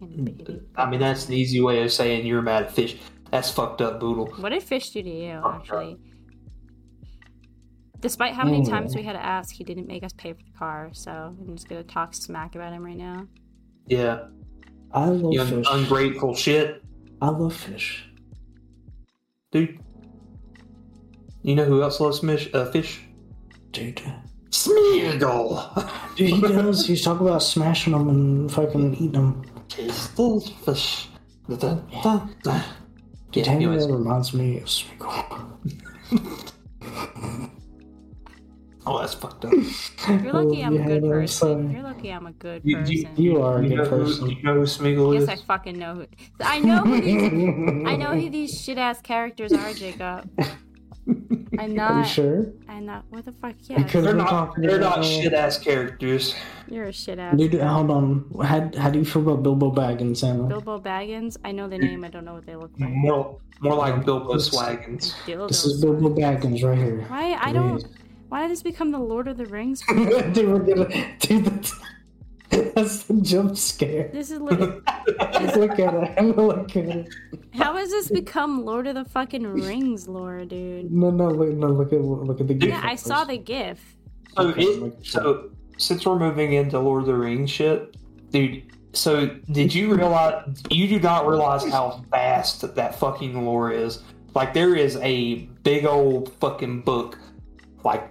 [SPEAKER 1] Fucking baby.
[SPEAKER 2] I mean, that's an easy way of saying you're mad at fish. That's fucked up, Boodle.
[SPEAKER 1] What did fish do to you, actually? Despite how
[SPEAKER 3] Hmm.
[SPEAKER 1] many times we had to ask, he didn't make us pay for the car, so I'm just gonna talk smack about him right now.
[SPEAKER 2] Yeah.
[SPEAKER 3] I love
[SPEAKER 2] You
[SPEAKER 3] fish.
[SPEAKER 2] ungrateful shit.
[SPEAKER 3] I love fish.
[SPEAKER 2] Dude. You know who else loves mish- uh, fish?
[SPEAKER 3] Dude.
[SPEAKER 2] Smeagol!
[SPEAKER 3] Dude, he does. He's talking about smashing them and fucking eating them.
[SPEAKER 2] Taste those fish. Da, da, da, da.
[SPEAKER 3] Dude,
[SPEAKER 2] Yeah,
[SPEAKER 3] Hank
[SPEAKER 2] anyways.
[SPEAKER 3] Hill reminds me of Smeagol.
[SPEAKER 2] Oh, that's fucked up.
[SPEAKER 1] You're lucky
[SPEAKER 3] Oh,
[SPEAKER 1] I'm a
[SPEAKER 3] yeah,
[SPEAKER 1] good
[SPEAKER 3] I'm
[SPEAKER 1] person.
[SPEAKER 3] sorry.
[SPEAKER 1] You're lucky I'm a good
[SPEAKER 2] You- you-
[SPEAKER 1] person.
[SPEAKER 3] You are a
[SPEAKER 2] You know,
[SPEAKER 3] good
[SPEAKER 2] who,
[SPEAKER 3] person.
[SPEAKER 2] you know who Smeagol
[SPEAKER 1] Yes,
[SPEAKER 2] is?
[SPEAKER 1] I fucking know who. I know who these. I know who these shit ass characters are, Jacob. I'm
[SPEAKER 3] Are you
[SPEAKER 1] not.
[SPEAKER 3] sure?
[SPEAKER 1] I'm not. What the fuck? Yeah,
[SPEAKER 3] Because
[SPEAKER 2] They're
[SPEAKER 3] we're
[SPEAKER 2] not,
[SPEAKER 3] talking
[SPEAKER 2] they're
[SPEAKER 3] about,
[SPEAKER 2] not shit ass characters.
[SPEAKER 1] you're a shit ass.
[SPEAKER 3] Dude, hold on. How, how do you feel about Bilbo Baggins, Anna?
[SPEAKER 1] Bilbo Baggins. I know the name. I don't know what they look like.
[SPEAKER 2] More, more like Bilbo Swaggins.
[SPEAKER 1] Dildo
[SPEAKER 3] This is Bilbo Baggins right here.
[SPEAKER 1] Why I don't. Why did this become the Lord of the Rings?
[SPEAKER 3] dude, we're gonna do the. That's the jump scare.
[SPEAKER 1] This is like.
[SPEAKER 3] look at it. I'm gonna look at it.
[SPEAKER 1] How has this become Lord of the fucking Rings lore, dude?
[SPEAKER 3] No, no, look, no, look at look at the.
[SPEAKER 1] Yeah, I saw the GIF.
[SPEAKER 2] So,
[SPEAKER 3] Okay,
[SPEAKER 2] it,
[SPEAKER 3] like-
[SPEAKER 2] so since we're moving into Lord of the Rings shit, dude. So did you realize you do not realize how vast that fucking lore is? Like there is a big old fucking book, like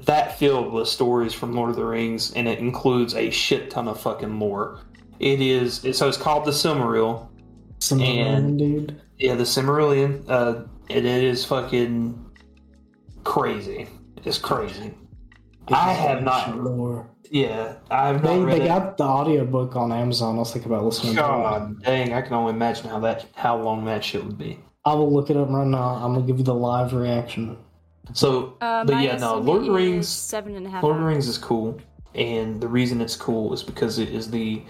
[SPEAKER 2] that filled with stories from Lord of the Rings, and it includes a shit ton of fucking lore. It is so it's called the Silmaril.
[SPEAKER 3] Some
[SPEAKER 2] and-
[SPEAKER 3] random dude.
[SPEAKER 2] Yeah, the Silmarillion. Uh, and it is fucking crazy. It's crazy. I have not
[SPEAKER 3] Lore.
[SPEAKER 2] Yeah, I've not
[SPEAKER 3] They,
[SPEAKER 2] read
[SPEAKER 3] they
[SPEAKER 2] it.
[SPEAKER 3] got the audiobook on Amazon. I was thinking about listening to it.
[SPEAKER 2] God dang, I can only imagine how that how long that shit would be.
[SPEAKER 3] I will look it up right now. I'm gonna give you the live reaction.
[SPEAKER 2] So,
[SPEAKER 1] Uh,
[SPEAKER 2] but
[SPEAKER 1] my
[SPEAKER 2] yeah, no,
[SPEAKER 1] estimate
[SPEAKER 2] Lord of the
[SPEAKER 1] is
[SPEAKER 2] Rings,
[SPEAKER 1] Seven and a half.
[SPEAKER 2] Lord of the
[SPEAKER 1] hours.
[SPEAKER 2] Rings is cool, and the reason it's cool is because it is the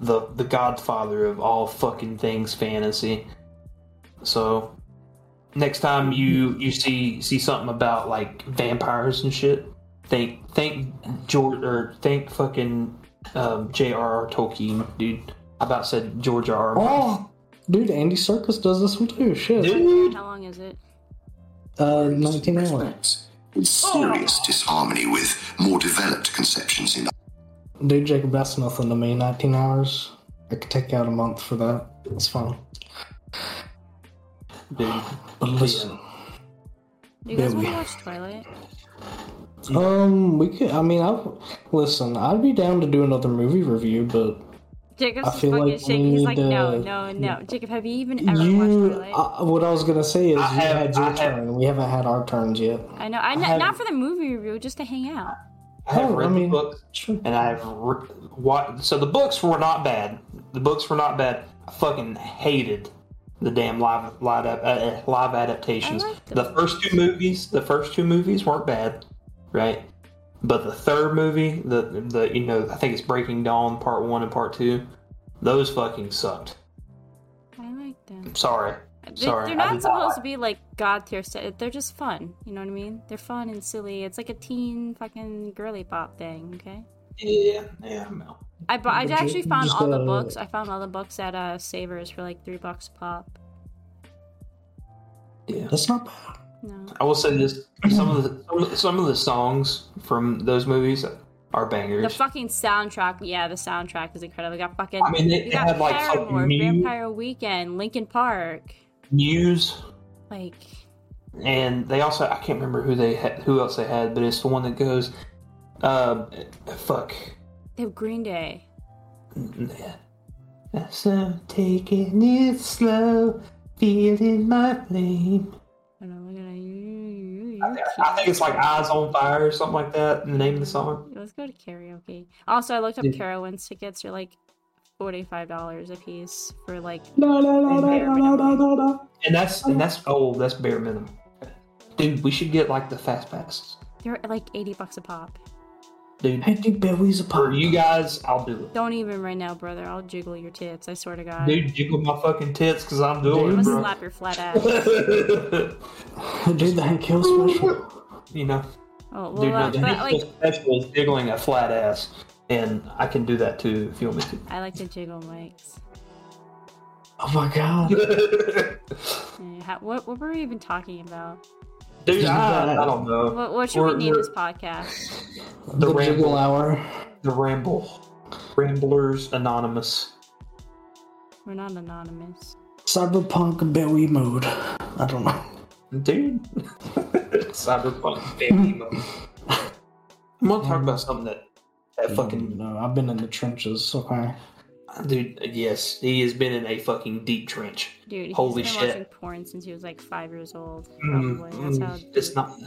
[SPEAKER 2] the the Godfather of all fucking things fantasy. So, next time you you see see something about like vampires and shit, think think George or think fucking um, J.R.R. Tolkien, dude. I about said George R. R. Martin.
[SPEAKER 3] Oh, dude, Andy Circus does this one too. Shit.
[SPEAKER 2] Dude,
[SPEAKER 1] How long is it?
[SPEAKER 3] Uh, 19 hour.
[SPEAKER 5] with serious disharmony with more developed conceptions in
[SPEAKER 3] Dude, Jacob, that's nothing to me. 19 hours. I could take out a month for that. It's fine.
[SPEAKER 2] dude.
[SPEAKER 3] But listen,
[SPEAKER 1] Do you guys want
[SPEAKER 3] Yeah,
[SPEAKER 1] to
[SPEAKER 3] we-
[SPEAKER 1] watch Twilight?
[SPEAKER 3] um, we could. I mean, I listen. I'd be down to do another movie review, but
[SPEAKER 1] Jacob's
[SPEAKER 3] I
[SPEAKER 1] just
[SPEAKER 3] feel
[SPEAKER 1] fucking
[SPEAKER 3] like we
[SPEAKER 1] shaking. He's like,
[SPEAKER 3] need,
[SPEAKER 1] no,
[SPEAKER 3] uh,
[SPEAKER 1] no, no. Jacob, have you even ever watched
[SPEAKER 3] you.
[SPEAKER 1] Twilight?
[SPEAKER 2] uh,
[SPEAKER 3] I, what I was gonna say is,
[SPEAKER 2] I
[SPEAKER 3] you
[SPEAKER 2] have-
[SPEAKER 3] had your
[SPEAKER 2] I have-
[SPEAKER 3] turn. We haven't had our turns yet.
[SPEAKER 1] I know. I, n-
[SPEAKER 2] haven't-
[SPEAKER 1] not for the movie review, just to hang out.
[SPEAKER 2] I have
[SPEAKER 3] Oh,
[SPEAKER 2] read
[SPEAKER 3] I mean-
[SPEAKER 2] the books,
[SPEAKER 3] Sure.
[SPEAKER 2] and I have re- what. So the books were not bad. The books were not bad. I fucking hated the damn live live, uh, uh, live adaptations.
[SPEAKER 1] I liked
[SPEAKER 2] the
[SPEAKER 1] them.
[SPEAKER 2] first two movies, the first two movies weren't bad, right? But the third movie, the the you know, I think it's Breaking Dawn Part One and Part Two. Those fucking sucked.
[SPEAKER 1] I like them.
[SPEAKER 2] Sorry,
[SPEAKER 1] They,
[SPEAKER 2] Sorry,
[SPEAKER 1] they're
[SPEAKER 2] I
[SPEAKER 1] not
[SPEAKER 2] did not
[SPEAKER 1] supposed
[SPEAKER 2] like-
[SPEAKER 1] to be like god tier st- They're just fun. You know what I mean? They're fun and silly. It's like a teen fucking girly pop thing. Okay.
[SPEAKER 2] Yeah, yeah, I'm out.
[SPEAKER 1] I bu- I
[SPEAKER 3] But
[SPEAKER 1] actually
[SPEAKER 3] you-
[SPEAKER 1] found
[SPEAKER 3] just,
[SPEAKER 1] all the
[SPEAKER 3] uh,
[SPEAKER 1] books. I found all the books at uh Savers for like three bucks a pop.
[SPEAKER 2] Yeah.
[SPEAKER 3] That's not bad.
[SPEAKER 1] No.
[SPEAKER 2] I will say this: some of the some of the- some of the songs from those movies are
[SPEAKER 1] The
[SPEAKER 2] bangers.
[SPEAKER 1] fucking soundtrack, yeah, the soundtrack is incredible. We got fucking,
[SPEAKER 2] I mean, they-
[SPEAKER 1] we
[SPEAKER 2] they
[SPEAKER 1] got
[SPEAKER 2] had, like, fucking
[SPEAKER 1] Paramore,
[SPEAKER 2] Mew.
[SPEAKER 1] Vampire Weekend, Lincoln Park,
[SPEAKER 2] Muse,
[SPEAKER 1] like
[SPEAKER 2] and they also I can't remember who they had, who else they had, but it's the one that goes, um, fuck.
[SPEAKER 1] they have Green Day.
[SPEAKER 2] So taking it slow, feeling my flame.
[SPEAKER 1] I don't know. We're gonna. You,
[SPEAKER 2] I think- I think it's like Eyes on Fire or something like that. The name of the song.
[SPEAKER 1] Let's go to karaoke. Also, I looked up
[SPEAKER 2] Yeah.
[SPEAKER 1] Carowinds tickets. They're like forty-five dollars a piece for like.
[SPEAKER 3] No, no, no, no,
[SPEAKER 1] Bare
[SPEAKER 3] no, no, no, no, no.
[SPEAKER 2] And that's and that's old. That's bare minimum. Dude, we should get like the fast passes.
[SPEAKER 1] They're like eighty bucks a pop.
[SPEAKER 2] Dude,
[SPEAKER 3] I do Billy's a
[SPEAKER 2] for
[SPEAKER 3] pop.
[SPEAKER 2] you guys, I'll do it.
[SPEAKER 1] Don't even right now, brother. I'll jiggle your tits. I swear to God.
[SPEAKER 2] Dude, jiggle my fucking tits because I'm doing
[SPEAKER 1] I'm gonna
[SPEAKER 2] it, bro.
[SPEAKER 1] slap your flat ass.
[SPEAKER 3] Dude, that kill special.
[SPEAKER 2] you know,
[SPEAKER 1] Oh well,
[SPEAKER 2] dude,
[SPEAKER 1] uh,
[SPEAKER 2] the
[SPEAKER 1] but like
[SPEAKER 2] like, special is jiggling a flat ass, and I can do that too if you want me
[SPEAKER 1] I like to jiggle mics.
[SPEAKER 3] Oh my god.
[SPEAKER 2] to.
[SPEAKER 1] Yeah, how- what what were we even talking about?
[SPEAKER 2] dude, I,
[SPEAKER 3] that-
[SPEAKER 2] I don't know.
[SPEAKER 1] What what should
[SPEAKER 2] Uh, We're-
[SPEAKER 1] we name
[SPEAKER 2] we're-
[SPEAKER 1] this podcast?
[SPEAKER 3] The,
[SPEAKER 2] ramble.
[SPEAKER 3] jiggle hour.
[SPEAKER 2] The Ramble, Ramblers Anonymous.
[SPEAKER 1] We're not anonymous.
[SPEAKER 3] Cyberpunk Billy mode. I don't know.
[SPEAKER 2] Dude, cyberpunk baby mode. I'm gonna talk about something that that fucking
[SPEAKER 3] No, I've been in the trenches, okay?
[SPEAKER 2] dude. Yes, he has been in a fucking deep trench.
[SPEAKER 1] Dude, he's
[SPEAKER 2] Holy
[SPEAKER 1] been
[SPEAKER 2] shit.
[SPEAKER 1] watching porn since he was like five years old.
[SPEAKER 2] Mm,
[SPEAKER 1] Probably. Oh, That's how
[SPEAKER 2] mm, it's not.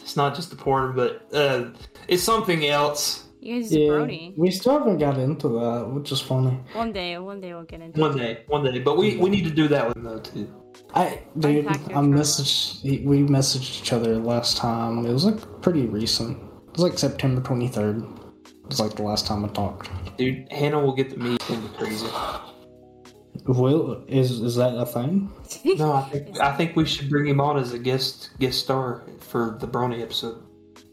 [SPEAKER 2] It's not just the porn, but uh, it's something else.
[SPEAKER 1] you guys are brony.
[SPEAKER 3] we still haven't got into that, which is funny.
[SPEAKER 1] One day, one day we'll get into it.
[SPEAKER 2] One day, one day. But we we need to do that one though too.
[SPEAKER 3] I dude, I
[SPEAKER 1] Unpack your trauma.
[SPEAKER 3] messaged we messaged each other last time. It was like pretty recent. It was like September twenty third. It was like the last time I talked.
[SPEAKER 2] Dude, Hannah will get the meat and the crazy.
[SPEAKER 3] Will is is that a thing?
[SPEAKER 2] No, I think I think we should bring him on as a guest guest star for the Brony episode.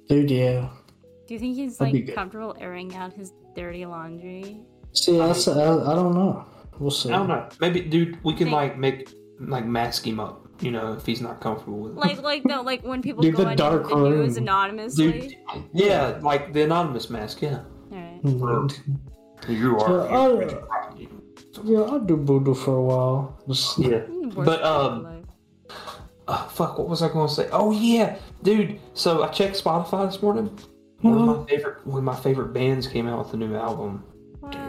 [SPEAKER 3] Dude, yeah.
[SPEAKER 1] Do you think he's
[SPEAKER 3] That'd be
[SPEAKER 1] like
[SPEAKER 3] good.
[SPEAKER 1] comfortable airing out his dirty laundry?
[SPEAKER 3] See, that's, I, I don't know. We'll see.
[SPEAKER 2] I don't know. Maybe, dude, we can
[SPEAKER 1] Think-
[SPEAKER 2] like make like mask him up. You know, if he's not comfortable with it.
[SPEAKER 1] Like, like no, like when people
[SPEAKER 3] Dude,
[SPEAKER 1] go
[SPEAKER 3] the
[SPEAKER 1] on
[SPEAKER 3] dark
[SPEAKER 1] videos
[SPEAKER 3] room.
[SPEAKER 2] dude,
[SPEAKER 1] anonymously.
[SPEAKER 2] yeah, like the anonymous mask. Yeah, oh.
[SPEAKER 1] Alright.
[SPEAKER 3] know.
[SPEAKER 2] you
[SPEAKER 3] Well, Yeah, I'll do voodoo for a while. Just,
[SPEAKER 2] Yeah,
[SPEAKER 1] I'm the worst
[SPEAKER 2] but um.
[SPEAKER 1] person alive.
[SPEAKER 2] Oh, fuck, what was I going to say? Oh yeah, dude. So I checked Spotify this morning. One of my favorite, one of my favorite bands came out with a new album.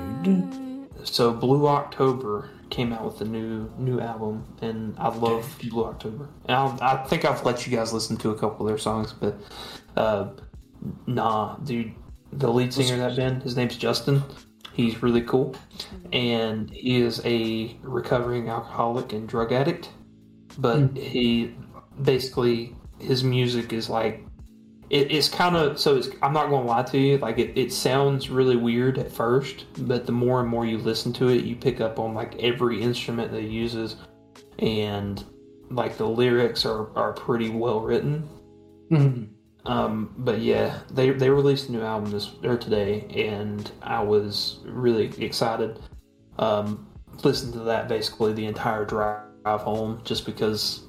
[SPEAKER 1] What?
[SPEAKER 2] So Blue October came out with a new new album, and I love Blue October. And I, I think I've let you guys listen to a couple of their songs, but uh, nah, dude. The lead singer of that band, his name's Justin. He's really cool, and he is a recovering alcoholic and drug addict. But he basically his music is like it, it's kind of so it's, i'm not gonna lie to you like it, it sounds really weird at first but the more and more you listen to it you pick up on like every instrument that he uses and like the lyrics are, are pretty well written
[SPEAKER 3] Mhm.
[SPEAKER 2] um, but yeah they, they released a new album this or today and i was really excited um, listened to that basically the entire drive home just because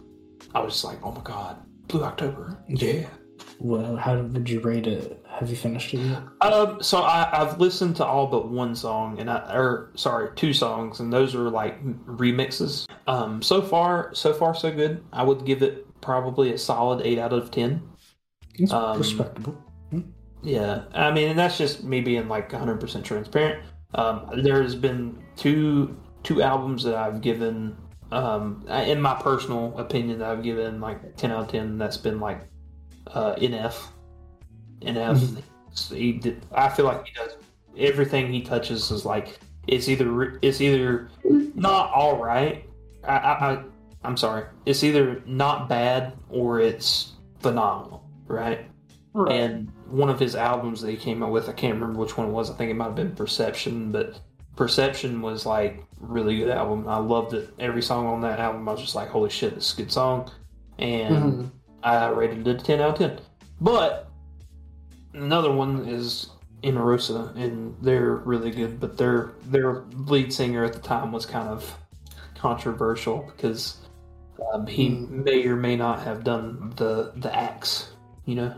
[SPEAKER 2] i was just like oh my god blue october yeah
[SPEAKER 3] Well, how would you rate it? Have you finished it yet?
[SPEAKER 2] Um, so I, I've listened to all but one song, and I or sorry, two songs, and those are like remixes. Um, so far, so far, so good. I would give it probably a solid eight out of ten.
[SPEAKER 3] It's
[SPEAKER 2] Um,
[SPEAKER 3] respectable.
[SPEAKER 2] Yeah, I mean, and that's just me being like 100 percent transparent. Um, there's been two two albums that I've given, um, in my personal opinion, that I've given like 10 out of 10. That's been like uh, NF. NF, he did, I feel like he does everything he touches is like it's either re- it's either not all right. I, I, I I'm sorry. It's either not bad or it's phenomenal, right? and one of his albums that he came out with, I can't remember which one it was. I think it might have been Perception, but Perception was like really good album. I loved it. Every song on that album, I was just like, holy shit, this is a good song. And I rated it a 10 out of 10. But another one is Inarosa, and they're really good, but their their lead singer at the time was kind of controversial because um, he may or may not have done the the acts, you know.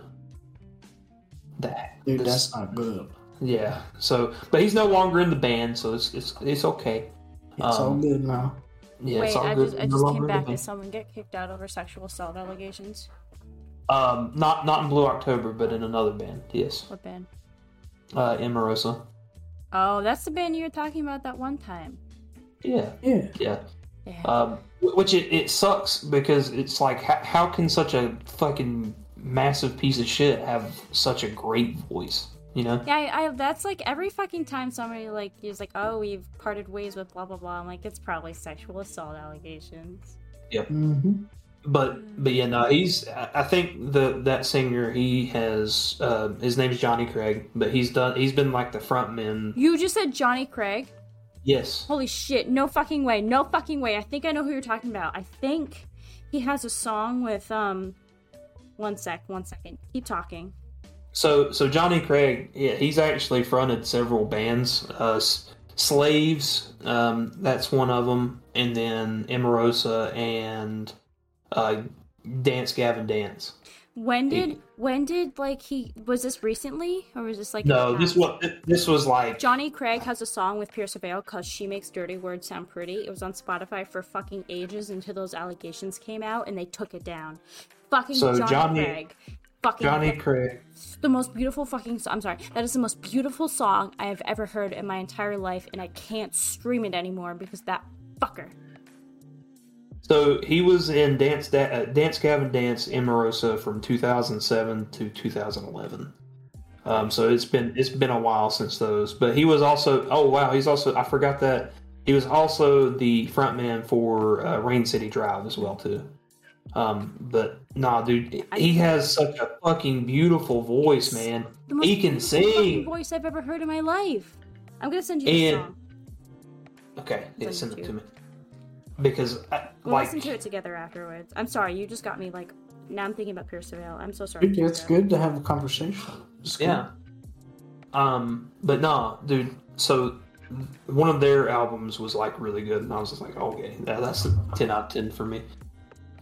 [SPEAKER 2] The act-
[SPEAKER 3] Dude,
[SPEAKER 2] this-
[SPEAKER 3] that's not good.
[SPEAKER 2] yeah. So, but he's no longer in the band, so it's it's it's okay.
[SPEAKER 3] It's all
[SPEAKER 2] Um,
[SPEAKER 3] good now.
[SPEAKER 2] Yeah,
[SPEAKER 1] Wait,
[SPEAKER 2] it's all
[SPEAKER 1] I
[SPEAKER 2] good.
[SPEAKER 1] just, I
[SPEAKER 2] No
[SPEAKER 1] just
[SPEAKER 2] longer
[SPEAKER 1] came
[SPEAKER 2] in the
[SPEAKER 1] back
[SPEAKER 2] band.
[SPEAKER 1] as someone get kicked out over sexual assault allegations.
[SPEAKER 2] Um, not not in Blue October, but in another band. Yes,
[SPEAKER 1] What band?
[SPEAKER 2] uh, Imarosa.
[SPEAKER 1] Oh, that's the band you were talking about that one time.
[SPEAKER 2] Yeah,
[SPEAKER 3] Yeah.
[SPEAKER 2] yeah.
[SPEAKER 1] Yeah.
[SPEAKER 2] Um, wh- which it, it sucks because it's like how, how can such a fucking massive piece of shit have such a great voice? You know?
[SPEAKER 1] yeah, I, I, that's like every fucking time somebody like is like, "Oh, we've parted ways with blah blah blah." I'm like, it's probably sexual assault allegations.
[SPEAKER 3] Mm-hmm.
[SPEAKER 2] But but yeah, no, he's. I I think the that singer he has uh, his name's Johnny Craig, but he's done. He's been like the front man.
[SPEAKER 1] You just said Johnny Craig.
[SPEAKER 2] Yes,
[SPEAKER 1] Holy shit! No fucking way! No fucking way! I think I know who you're talking about. I think he has a song with um. One sec. One second. Keep talking.
[SPEAKER 2] So, so Johnny Craig, yeah, he's actually fronted several bands. Uh, S- Slaves, um, that's one of them, and then Emerosa and uh, Dance Gavin Dance.
[SPEAKER 1] When did when did like he was this recently or was this like in the
[SPEAKER 2] No, this
[SPEAKER 1] past?
[SPEAKER 2] was this was like
[SPEAKER 1] Johnny Craig has a song with Pierce Vale called She Makes Dirty Words Sound Pretty. It was on Spotify for fucking ages until those allegations came out and they took it down. Fucking
[SPEAKER 2] So
[SPEAKER 1] Johnny,
[SPEAKER 2] Johnny-
[SPEAKER 1] Craig. Fucking
[SPEAKER 2] Johnny
[SPEAKER 1] the,
[SPEAKER 2] Craig.
[SPEAKER 1] the most beautiful fucking song. I'm sorry. That is the most beautiful song I have ever heard in my entire life and I can't stream it anymore because that fucker.
[SPEAKER 2] So he was in Dance da- uh, Dance Gavin Dance Emerosa from 2007 to 2011. Um, so it's been it's been a while since those. But he was also oh wow he's also I forgot that he was also the frontman for uh, Rain City Drive as well too. Um, but nah, dude, he has such a fucking beautiful voice, man.
[SPEAKER 1] The most
[SPEAKER 2] He can
[SPEAKER 1] beautiful fucking
[SPEAKER 2] sing.
[SPEAKER 1] voice I've ever heard in my life. I'm gonna send you the
[SPEAKER 2] And-
[SPEAKER 1] song.
[SPEAKER 2] Okay, yeah,
[SPEAKER 1] on
[SPEAKER 2] send it to
[SPEAKER 1] YouTube.
[SPEAKER 2] me because I,
[SPEAKER 1] We'll
[SPEAKER 2] like
[SPEAKER 1] listen to it together afterwards. I'm sorry, you just got me like now I'm thinking about Pierce Vale. I'm so sorry.
[SPEAKER 3] Dude,
[SPEAKER 1] Pierce
[SPEAKER 3] it's
[SPEAKER 1] Vale.
[SPEAKER 3] good to have a conversation. It's good.
[SPEAKER 2] Yeah. Um, but nah, dude. So one of their albums was like really good, and I was just like, oh, okay, that, that's a ten out of ten for me.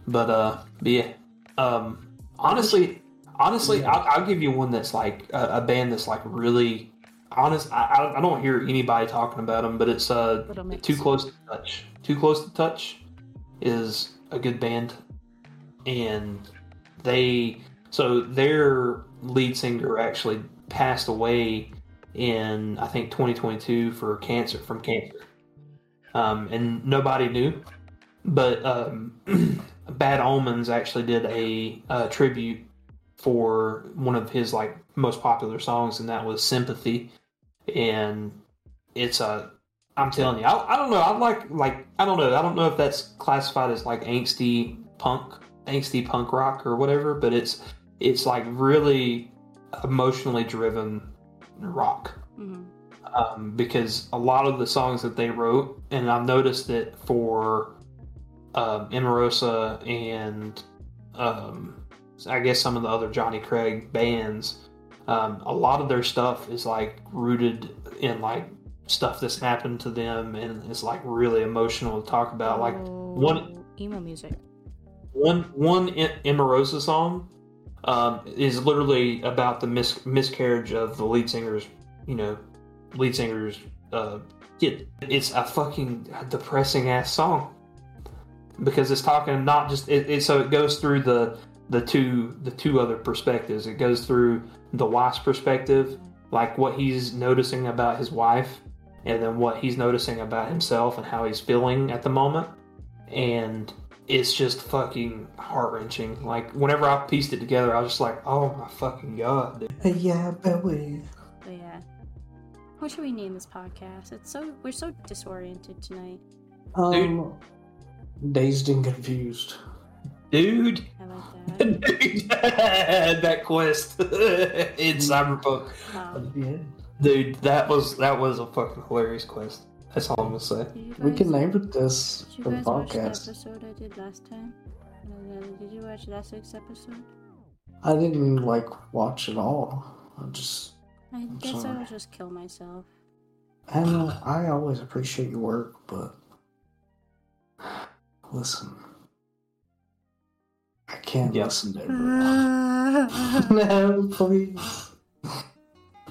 [SPEAKER 2] But uh, but yeah. Um, honestly, honestly, I'll, I'll give you one that's like a, a band that's like really honest. I, I I don't hear anybody talking about them, but it's uh
[SPEAKER 1] Little Mix.
[SPEAKER 2] too close to touch. Too close to touch is a good band, and they so their lead singer actually passed away in I think 2022 for cancer from cancer, um, and nobody knew. But um, Bad Omens actually did a, uh tribute for one of his like most popular songs, and that was "Sympathy," and it's a I'm telling you, I, I don't know. I like like I don't know. I don't know if that's classified as like angsty punk, angsty punk rock or whatever, but it's it's like really emotionally driven rock
[SPEAKER 1] Mhm.
[SPEAKER 2] um, because a lot of the songs that they wrote, and I've noticed that for um, Emerosa and um, I guess some of the other Johnny Craig bands, um, a lot of their stuff is like rooted in like stuff that's happened to them, and it's like really emotional to talk about. Like one
[SPEAKER 1] Oh, emo music.
[SPEAKER 2] one one I- Imarosa song um, is literally about the mis- miscarriage of the lead singer's, you know, lead singer's uh, kid. It's a fucking depressing ass song because it's talking not just it, it. So it goes through the the two the two other perspectives. It goes through the wife's perspective, like what he's noticing about his wife, and then what he's noticing about himself and how he's feeling at the moment and it's just fucking heart wrenching. Like whenever I pieced it together, I was just like, "Oh my fucking god!" dude."
[SPEAKER 3] Hey, yeah, boy.
[SPEAKER 1] But Oh, yeah. What should we name this podcast? It's so we're so disoriented tonight.
[SPEAKER 3] Um, dazed and confused.
[SPEAKER 2] Dude,
[SPEAKER 1] I like that.
[SPEAKER 2] dude, that quest in Cyberpunk,
[SPEAKER 1] Um,
[SPEAKER 3] Oh, Yeah.
[SPEAKER 2] dude, that was that was a fucking hilarious quest. That's all I'm gonna say.
[SPEAKER 1] Did you
[SPEAKER 3] We
[SPEAKER 1] guys-
[SPEAKER 3] can name it this
[SPEAKER 1] Did you
[SPEAKER 3] for the
[SPEAKER 1] guys watch the
[SPEAKER 3] podcast.
[SPEAKER 1] episode I did last time? Uh, Did you watch last week's episode?
[SPEAKER 3] I didn't like watch it all. I just
[SPEAKER 1] I guess I
[SPEAKER 3] sorry.
[SPEAKER 1] will just kill myself.
[SPEAKER 3] I don't know I always appreciate your work, but listen, I can't
[SPEAKER 2] Yeah.
[SPEAKER 3] listen to everyone. no, please.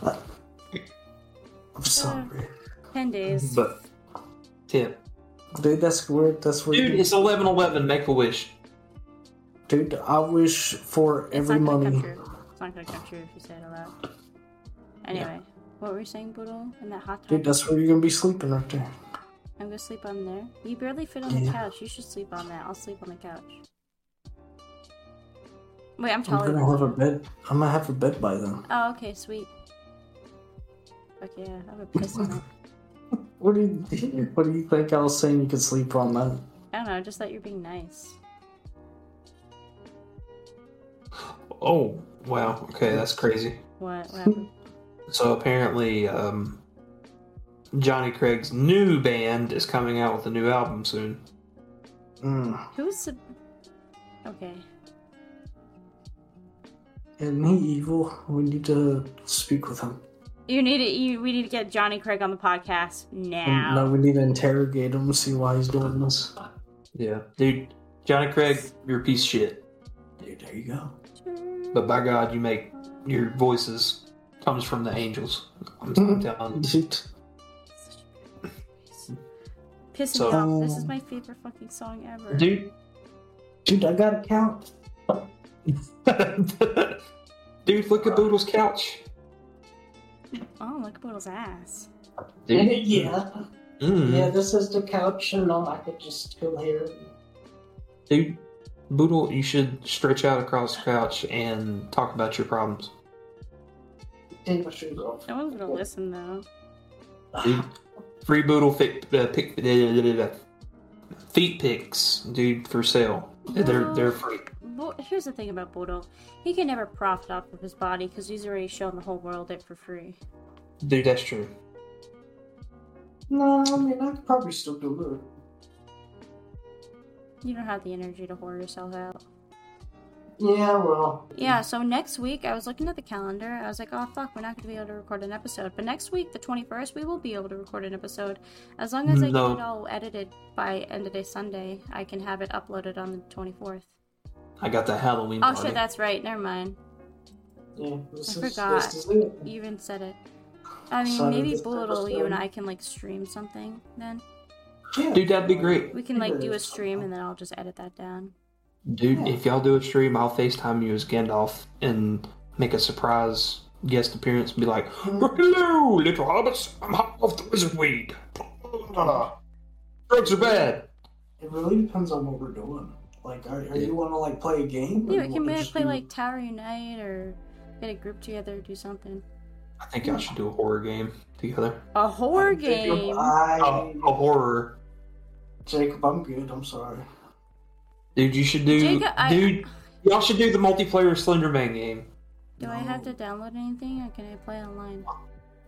[SPEAKER 3] I'm sorry,
[SPEAKER 1] Ten days.
[SPEAKER 2] But yeah,
[SPEAKER 3] dude. That's weird. That's weird.
[SPEAKER 2] dude, it's eleven eleven. Make a wish.
[SPEAKER 3] Dude, I wish for
[SPEAKER 1] It's
[SPEAKER 3] every
[SPEAKER 1] not gonna
[SPEAKER 3] money.
[SPEAKER 1] come true. It's not gonna come true if you say it aloud. Anyway, what were you saying, Boodle? In that hot tub?
[SPEAKER 3] Dude, that's where you're gonna be sleeping right there.
[SPEAKER 1] I'm gonna sleep on there. You barely fit on the
[SPEAKER 3] Yeah.
[SPEAKER 1] couch. You should sleep on that. I'll sleep on the couch. Wait, I'm
[SPEAKER 3] I'm
[SPEAKER 1] taller than
[SPEAKER 3] gonna have a
[SPEAKER 1] you.
[SPEAKER 3] bed. I'm gonna have a bed by then.
[SPEAKER 1] Oh, okay, sweet. Fuck yeah, I would piss on it.
[SPEAKER 3] What do you What do you think I was saying? You could sleep on that.
[SPEAKER 1] I don't know, just that you're being nice.
[SPEAKER 2] Oh wow. Okay, that's crazy.
[SPEAKER 1] What, what happened?
[SPEAKER 2] So apparently, um, Johnny Craig's new band is coming out with a new album soon.
[SPEAKER 3] Mm.
[SPEAKER 1] Who's the... Okay.
[SPEAKER 3] Isn't he evil? We need to speak with him.
[SPEAKER 1] You need to, you, we need to get Johnny Craig on the podcast now.
[SPEAKER 3] Oh, No, we need to interrogate him. See why he's doing this.
[SPEAKER 2] Yeah, dude, Johnny Craig, you're a piece of shit.
[SPEAKER 3] Dude, there you go.
[SPEAKER 2] But by God, you make your voices comes from the angels. I'm, I'm telling you.
[SPEAKER 3] Dude,
[SPEAKER 1] Pissing
[SPEAKER 2] So-
[SPEAKER 1] me off. This is my favorite fucking song ever.
[SPEAKER 2] dude.
[SPEAKER 3] dude, I got to count.
[SPEAKER 2] dude, look at Boodle's couch.
[SPEAKER 1] Oh, look at Boodle's ass.
[SPEAKER 3] yeah,
[SPEAKER 2] Mm.
[SPEAKER 3] yeah. This is the couch, and all. I could just go here.
[SPEAKER 2] Dude, Boodle, you should stretch out across the couch and talk about your problems.
[SPEAKER 3] Take my shoes off.
[SPEAKER 1] No one's gonna listen though.
[SPEAKER 2] Dude, free Boodle fi- uh, pick, da- da- da- da- da. feet picks, dude, for sale. They're they're free.
[SPEAKER 1] Bo- here's the thing about Boodle. He can never profit off of his body because he's already shown the whole world it for free.
[SPEAKER 2] Dude, that's true.
[SPEAKER 3] No, I mean I could probably still do
[SPEAKER 1] You don't have the energy to whore yourself out.
[SPEAKER 3] it. Yeah, well,
[SPEAKER 1] Yeah, so next week, I was looking at the calendar. I was like, oh, fuck, we're not going to be able to record an episode. But next week, the 21st, we will be able to record an episode. As long as I
[SPEAKER 2] No.
[SPEAKER 1] get it all edited by end of day Sunday, I can have it uploaded on the 24th.
[SPEAKER 2] I got that Halloween.
[SPEAKER 1] Oh,
[SPEAKER 2] party.
[SPEAKER 1] shit, that's right. Never mind.
[SPEAKER 3] yeah. This
[SPEAKER 1] I
[SPEAKER 3] is
[SPEAKER 1] forgot.
[SPEAKER 3] this is it.
[SPEAKER 1] You even said it. I mean,
[SPEAKER 3] Sorry,
[SPEAKER 1] maybe
[SPEAKER 3] this
[SPEAKER 1] Boodle, you and
[SPEAKER 3] episode.
[SPEAKER 1] I can, like, stream something then.
[SPEAKER 3] Yeah.
[SPEAKER 2] Dude, that'd be great.
[SPEAKER 1] We can like do a
[SPEAKER 3] Yes.
[SPEAKER 1] stream and then I'll just edit that down.
[SPEAKER 2] Dude, if y'all do a stream, I'll FaceTime you as Gandalf and make a surprise guest appearance and be like, Hello, little hobbits, I'm hot off the wizard weed. Drugs are bad.
[SPEAKER 3] It really depends on what we're doing. Like, are, are you want to like play a game? or
[SPEAKER 1] Yeah,
[SPEAKER 3] you
[SPEAKER 1] we can
[SPEAKER 3] wanna
[SPEAKER 1] maybe
[SPEAKER 3] just
[SPEAKER 1] play
[SPEAKER 3] do-
[SPEAKER 1] like Tower Unite or get a group together, do something.
[SPEAKER 2] I think I should do a horror game together.
[SPEAKER 1] A horror
[SPEAKER 3] Jacob,
[SPEAKER 1] game.
[SPEAKER 3] I,
[SPEAKER 2] Oh, a horror.
[SPEAKER 3] Jacob, I'm good. I'm sorry.
[SPEAKER 2] Dude, you should do.
[SPEAKER 1] Jacob, I-
[SPEAKER 2] dude, y'all should do the multiplayer Slenderman game.
[SPEAKER 1] Do I have to download anything or can I play online?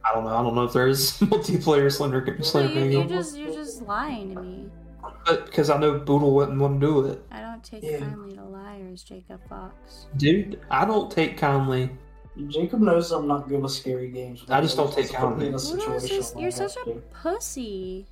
[SPEAKER 2] I don't know. I don't know if there is multiplayer Slender
[SPEAKER 1] So you,
[SPEAKER 2] Slenderman
[SPEAKER 1] you
[SPEAKER 2] game,
[SPEAKER 1] just you're just lying to me.
[SPEAKER 2] but because I know Boodle wouldn't want to do it.
[SPEAKER 1] I don't take
[SPEAKER 3] Yeah.
[SPEAKER 1] kindly to liars, Jacob Fox.
[SPEAKER 2] Dude, I don't take kindly.
[SPEAKER 3] Jacob knows I'm not good with scary games.
[SPEAKER 2] I just don't take
[SPEAKER 3] Put me in
[SPEAKER 1] Boodle
[SPEAKER 2] out.
[SPEAKER 3] a
[SPEAKER 1] is
[SPEAKER 3] situation
[SPEAKER 1] just-
[SPEAKER 3] where
[SPEAKER 1] you're
[SPEAKER 3] I have
[SPEAKER 1] such a
[SPEAKER 3] to.
[SPEAKER 1] pussy.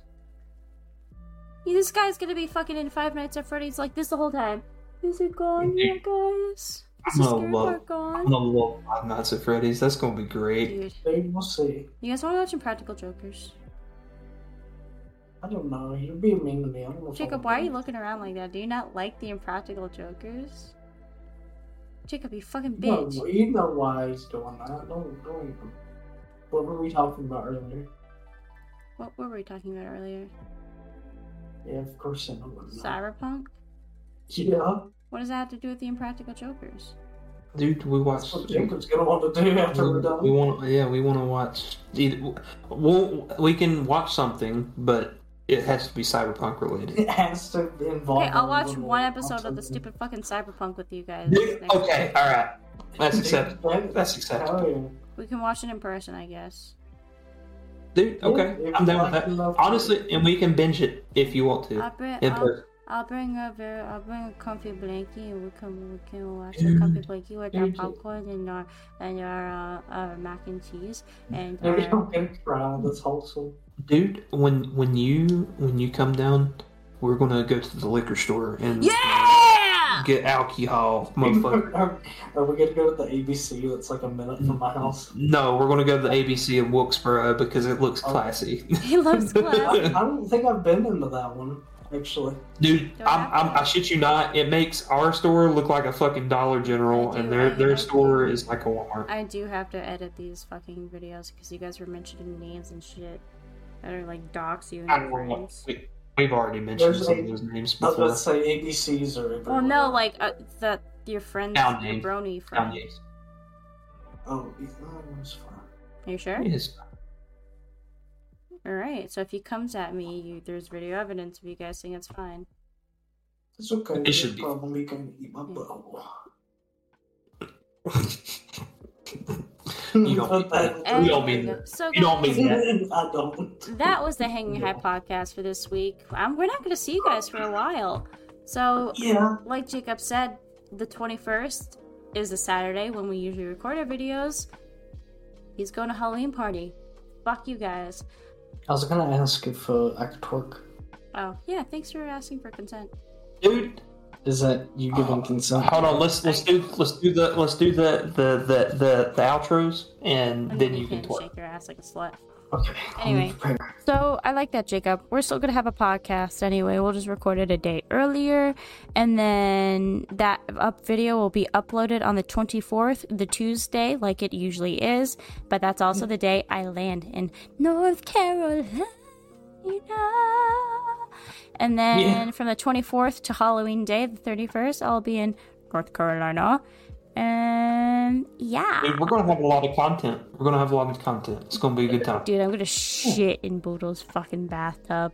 [SPEAKER 1] Yeah, This guy's gonna be fucking in Five Nights at Freddy's like this the whole time. Is it gone yet, guys? Is the
[SPEAKER 2] No,
[SPEAKER 1] scary
[SPEAKER 2] well,
[SPEAKER 1] part
[SPEAKER 2] I'm
[SPEAKER 1] gone?
[SPEAKER 2] gonna love Five Nights at Freddy's. That's gonna be great.
[SPEAKER 1] Dude,
[SPEAKER 3] Dude, we'll see.
[SPEAKER 1] you guys want to watch Impractical Jokers?
[SPEAKER 3] I don't know. You're being mean to me. I don't know if I
[SPEAKER 1] Jacob,
[SPEAKER 3] wanna
[SPEAKER 1] why are
[SPEAKER 3] do
[SPEAKER 1] you
[SPEAKER 3] it.
[SPEAKER 1] looking around like that? Do you not like the Impractical Jokers? Jacob, you fucking
[SPEAKER 3] No,
[SPEAKER 1] bitch.
[SPEAKER 3] you know why he's doing that. Don't, don't even. What were we talking about earlier?
[SPEAKER 1] What were we talking about earlier?
[SPEAKER 3] Yeah, of course I know. what it is.
[SPEAKER 1] Cyberpunk?
[SPEAKER 3] Yeah,
[SPEAKER 1] What does that have to do with the Impractical Jokers?
[SPEAKER 2] Dude, we watch.
[SPEAKER 3] that's what Jacob's gonna want to do after we're
[SPEAKER 2] We
[SPEAKER 3] done.
[SPEAKER 2] want. Yeah, we want to watch. Either, we'll, we can watch something, but it has to be cyberpunk related.
[SPEAKER 3] It has to involve.
[SPEAKER 1] Okay, I'll watch
[SPEAKER 3] everyone.
[SPEAKER 1] one episode of the
[SPEAKER 3] Something.
[SPEAKER 1] stupid fucking Cyberpunk with you guys.
[SPEAKER 2] Dude,
[SPEAKER 1] next
[SPEAKER 2] okay,
[SPEAKER 1] week.
[SPEAKER 2] all right. That's acceptable.
[SPEAKER 3] That-
[SPEAKER 2] That's acceptable.
[SPEAKER 3] Oh, yeah.
[SPEAKER 1] We can watch it in person, I guess.
[SPEAKER 2] dude. Okay,
[SPEAKER 3] Oh, if
[SPEAKER 2] I'm down
[SPEAKER 3] you
[SPEAKER 2] with
[SPEAKER 3] want
[SPEAKER 2] that.
[SPEAKER 3] to love-
[SPEAKER 2] Honestly, and we can binge it if you want to.
[SPEAKER 1] I'll bring,
[SPEAKER 2] In
[SPEAKER 1] I'll,
[SPEAKER 2] person.
[SPEAKER 1] I'll bring a very, I'll bring a comfy blanket and we can we can watch a comfy blanket with our
[SPEAKER 3] Dude.
[SPEAKER 1] popcorn and our and our uh, uh, mac and cheese and
[SPEAKER 3] There's
[SPEAKER 1] our-
[SPEAKER 3] something around that's wholesome.
[SPEAKER 2] dude. When when you when you come down, we're gonna go to the liquor store and
[SPEAKER 1] yeah.
[SPEAKER 2] get alcohol, motherfucker.
[SPEAKER 3] Are are we gonna go to the ABC that's like a minute from my house?
[SPEAKER 2] No, we're gonna go to the ABC in Wilkesboro because it looks classy.
[SPEAKER 1] He loves class.
[SPEAKER 3] I, I don't think I've been into that one, actually.
[SPEAKER 2] Dude,
[SPEAKER 1] Don't
[SPEAKER 2] I'm,
[SPEAKER 1] have
[SPEAKER 2] I'm, I shit you not. It makes our store look like a fucking Dollar General,
[SPEAKER 1] I do,
[SPEAKER 2] and
[SPEAKER 1] I
[SPEAKER 2] their
[SPEAKER 1] do.
[SPEAKER 2] their store is like a Walmart.
[SPEAKER 1] I do have to edit these fucking videos because you guys were mentioning names and shit that are like dox you and
[SPEAKER 2] I
[SPEAKER 1] your
[SPEAKER 2] don't know.
[SPEAKER 1] friends.
[SPEAKER 2] We, we've already mentioned
[SPEAKER 3] There's
[SPEAKER 2] some
[SPEAKER 3] a-
[SPEAKER 2] of those names
[SPEAKER 3] I was about to
[SPEAKER 2] before.
[SPEAKER 3] say ABCs are everywhere.
[SPEAKER 1] Well, no, like uh, that your friends,
[SPEAKER 2] Town
[SPEAKER 1] your
[SPEAKER 2] names.
[SPEAKER 1] brony
[SPEAKER 2] Town
[SPEAKER 1] friend.
[SPEAKER 2] names.
[SPEAKER 3] Oh, that was fun.
[SPEAKER 1] Are you sure?
[SPEAKER 2] Yes.
[SPEAKER 1] All right. So if he comes at me, you, there's video evidence of you guys saying it's fine.
[SPEAKER 3] It's okay.
[SPEAKER 2] It should be.
[SPEAKER 3] You're probably gonna eat my butthole.
[SPEAKER 2] You don't mean
[SPEAKER 3] But that-
[SPEAKER 1] Eh.
[SPEAKER 2] that. We all mean
[SPEAKER 1] Anyway,
[SPEAKER 2] that.
[SPEAKER 1] So
[SPEAKER 2] You don't
[SPEAKER 1] guys,
[SPEAKER 2] mean that.
[SPEAKER 3] I don't.
[SPEAKER 1] that was the Hanging High podcast for this week. Um, we're not going to see you guys for a while. So,
[SPEAKER 3] Yeah.
[SPEAKER 1] like Jacob said, the 21st is a Saturday when we usually record our videos. He's going to Halloween party. Fuck you guys.
[SPEAKER 3] I was gonna ask if uh, I could twerk.
[SPEAKER 1] Oh, yeah, thanks for asking for consent.
[SPEAKER 2] Dude,
[SPEAKER 3] Is that you giving consent?
[SPEAKER 2] hold on. Let's let's do let's do the let's do the the the the, the outros, and
[SPEAKER 1] And
[SPEAKER 2] then you can
[SPEAKER 1] shake
[SPEAKER 2] talk.
[SPEAKER 1] your ass like a slut.
[SPEAKER 3] Okay.
[SPEAKER 1] Anyway. So I like that, Jacob. We're still gonna have a podcast anyway. We'll just record it a day earlier, and then that up video will be uploaded on the 24th, the Tuesday, like it usually is. But that's also the day I land in North Carolina. And then
[SPEAKER 2] Yeah.
[SPEAKER 1] from the 24th to Halloween Day, the 31st, I'll be in North Carolina. And yeah.
[SPEAKER 2] Dude, we're gonna have a lot of content. We're gonna have a lot of content. It's gonna be a good time,
[SPEAKER 1] Dude, I'm gonna shit in Boodle's fucking bathtub.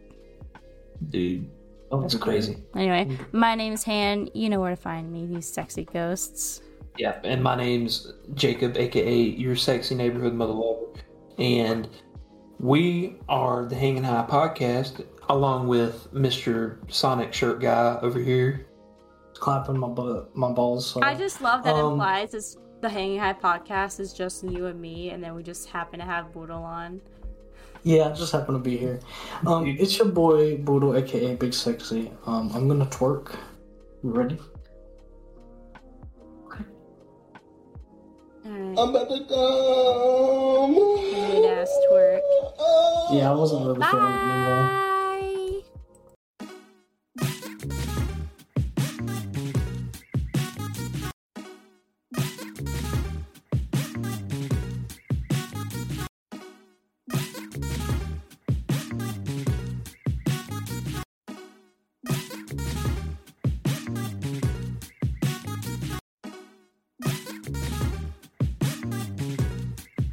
[SPEAKER 2] dude. That's crazy.
[SPEAKER 1] Anyway,
[SPEAKER 6] Mm.
[SPEAKER 1] my name's Han. You know where to find me, these sexy ghosts.
[SPEAKER 2] Yeah, and my name's Jacob, aka your sexy neighborhood mother lover, and we are the Hanging High podcast, along with Mister Sonic Shirt Guy over here.
[SPEAKER 3] Clapping my butt, my balls. So.
[SPEAKER 1] I just love that
[SPEAKER 3] Um,
[SPEAKER 1] implies it's the Hanging High podcast is just you and me, and then we just happen to have Boodle on.
[SPEAKER 3] Yeah, I just happen to be here. Um, it's your boy Boodle, aka Big Sexy. Um, I'm gonna twerk. You ready?
[SPEAKER 6] I'm
[SPEAKER 1] Alright,
[SPEAKER 6] about to come.
[SPEAKER 1] mid ass twerk.
[SPEAKER 3] Yeah, I wasn't really feeling it anymore.
[SPEAKER 1] Bye!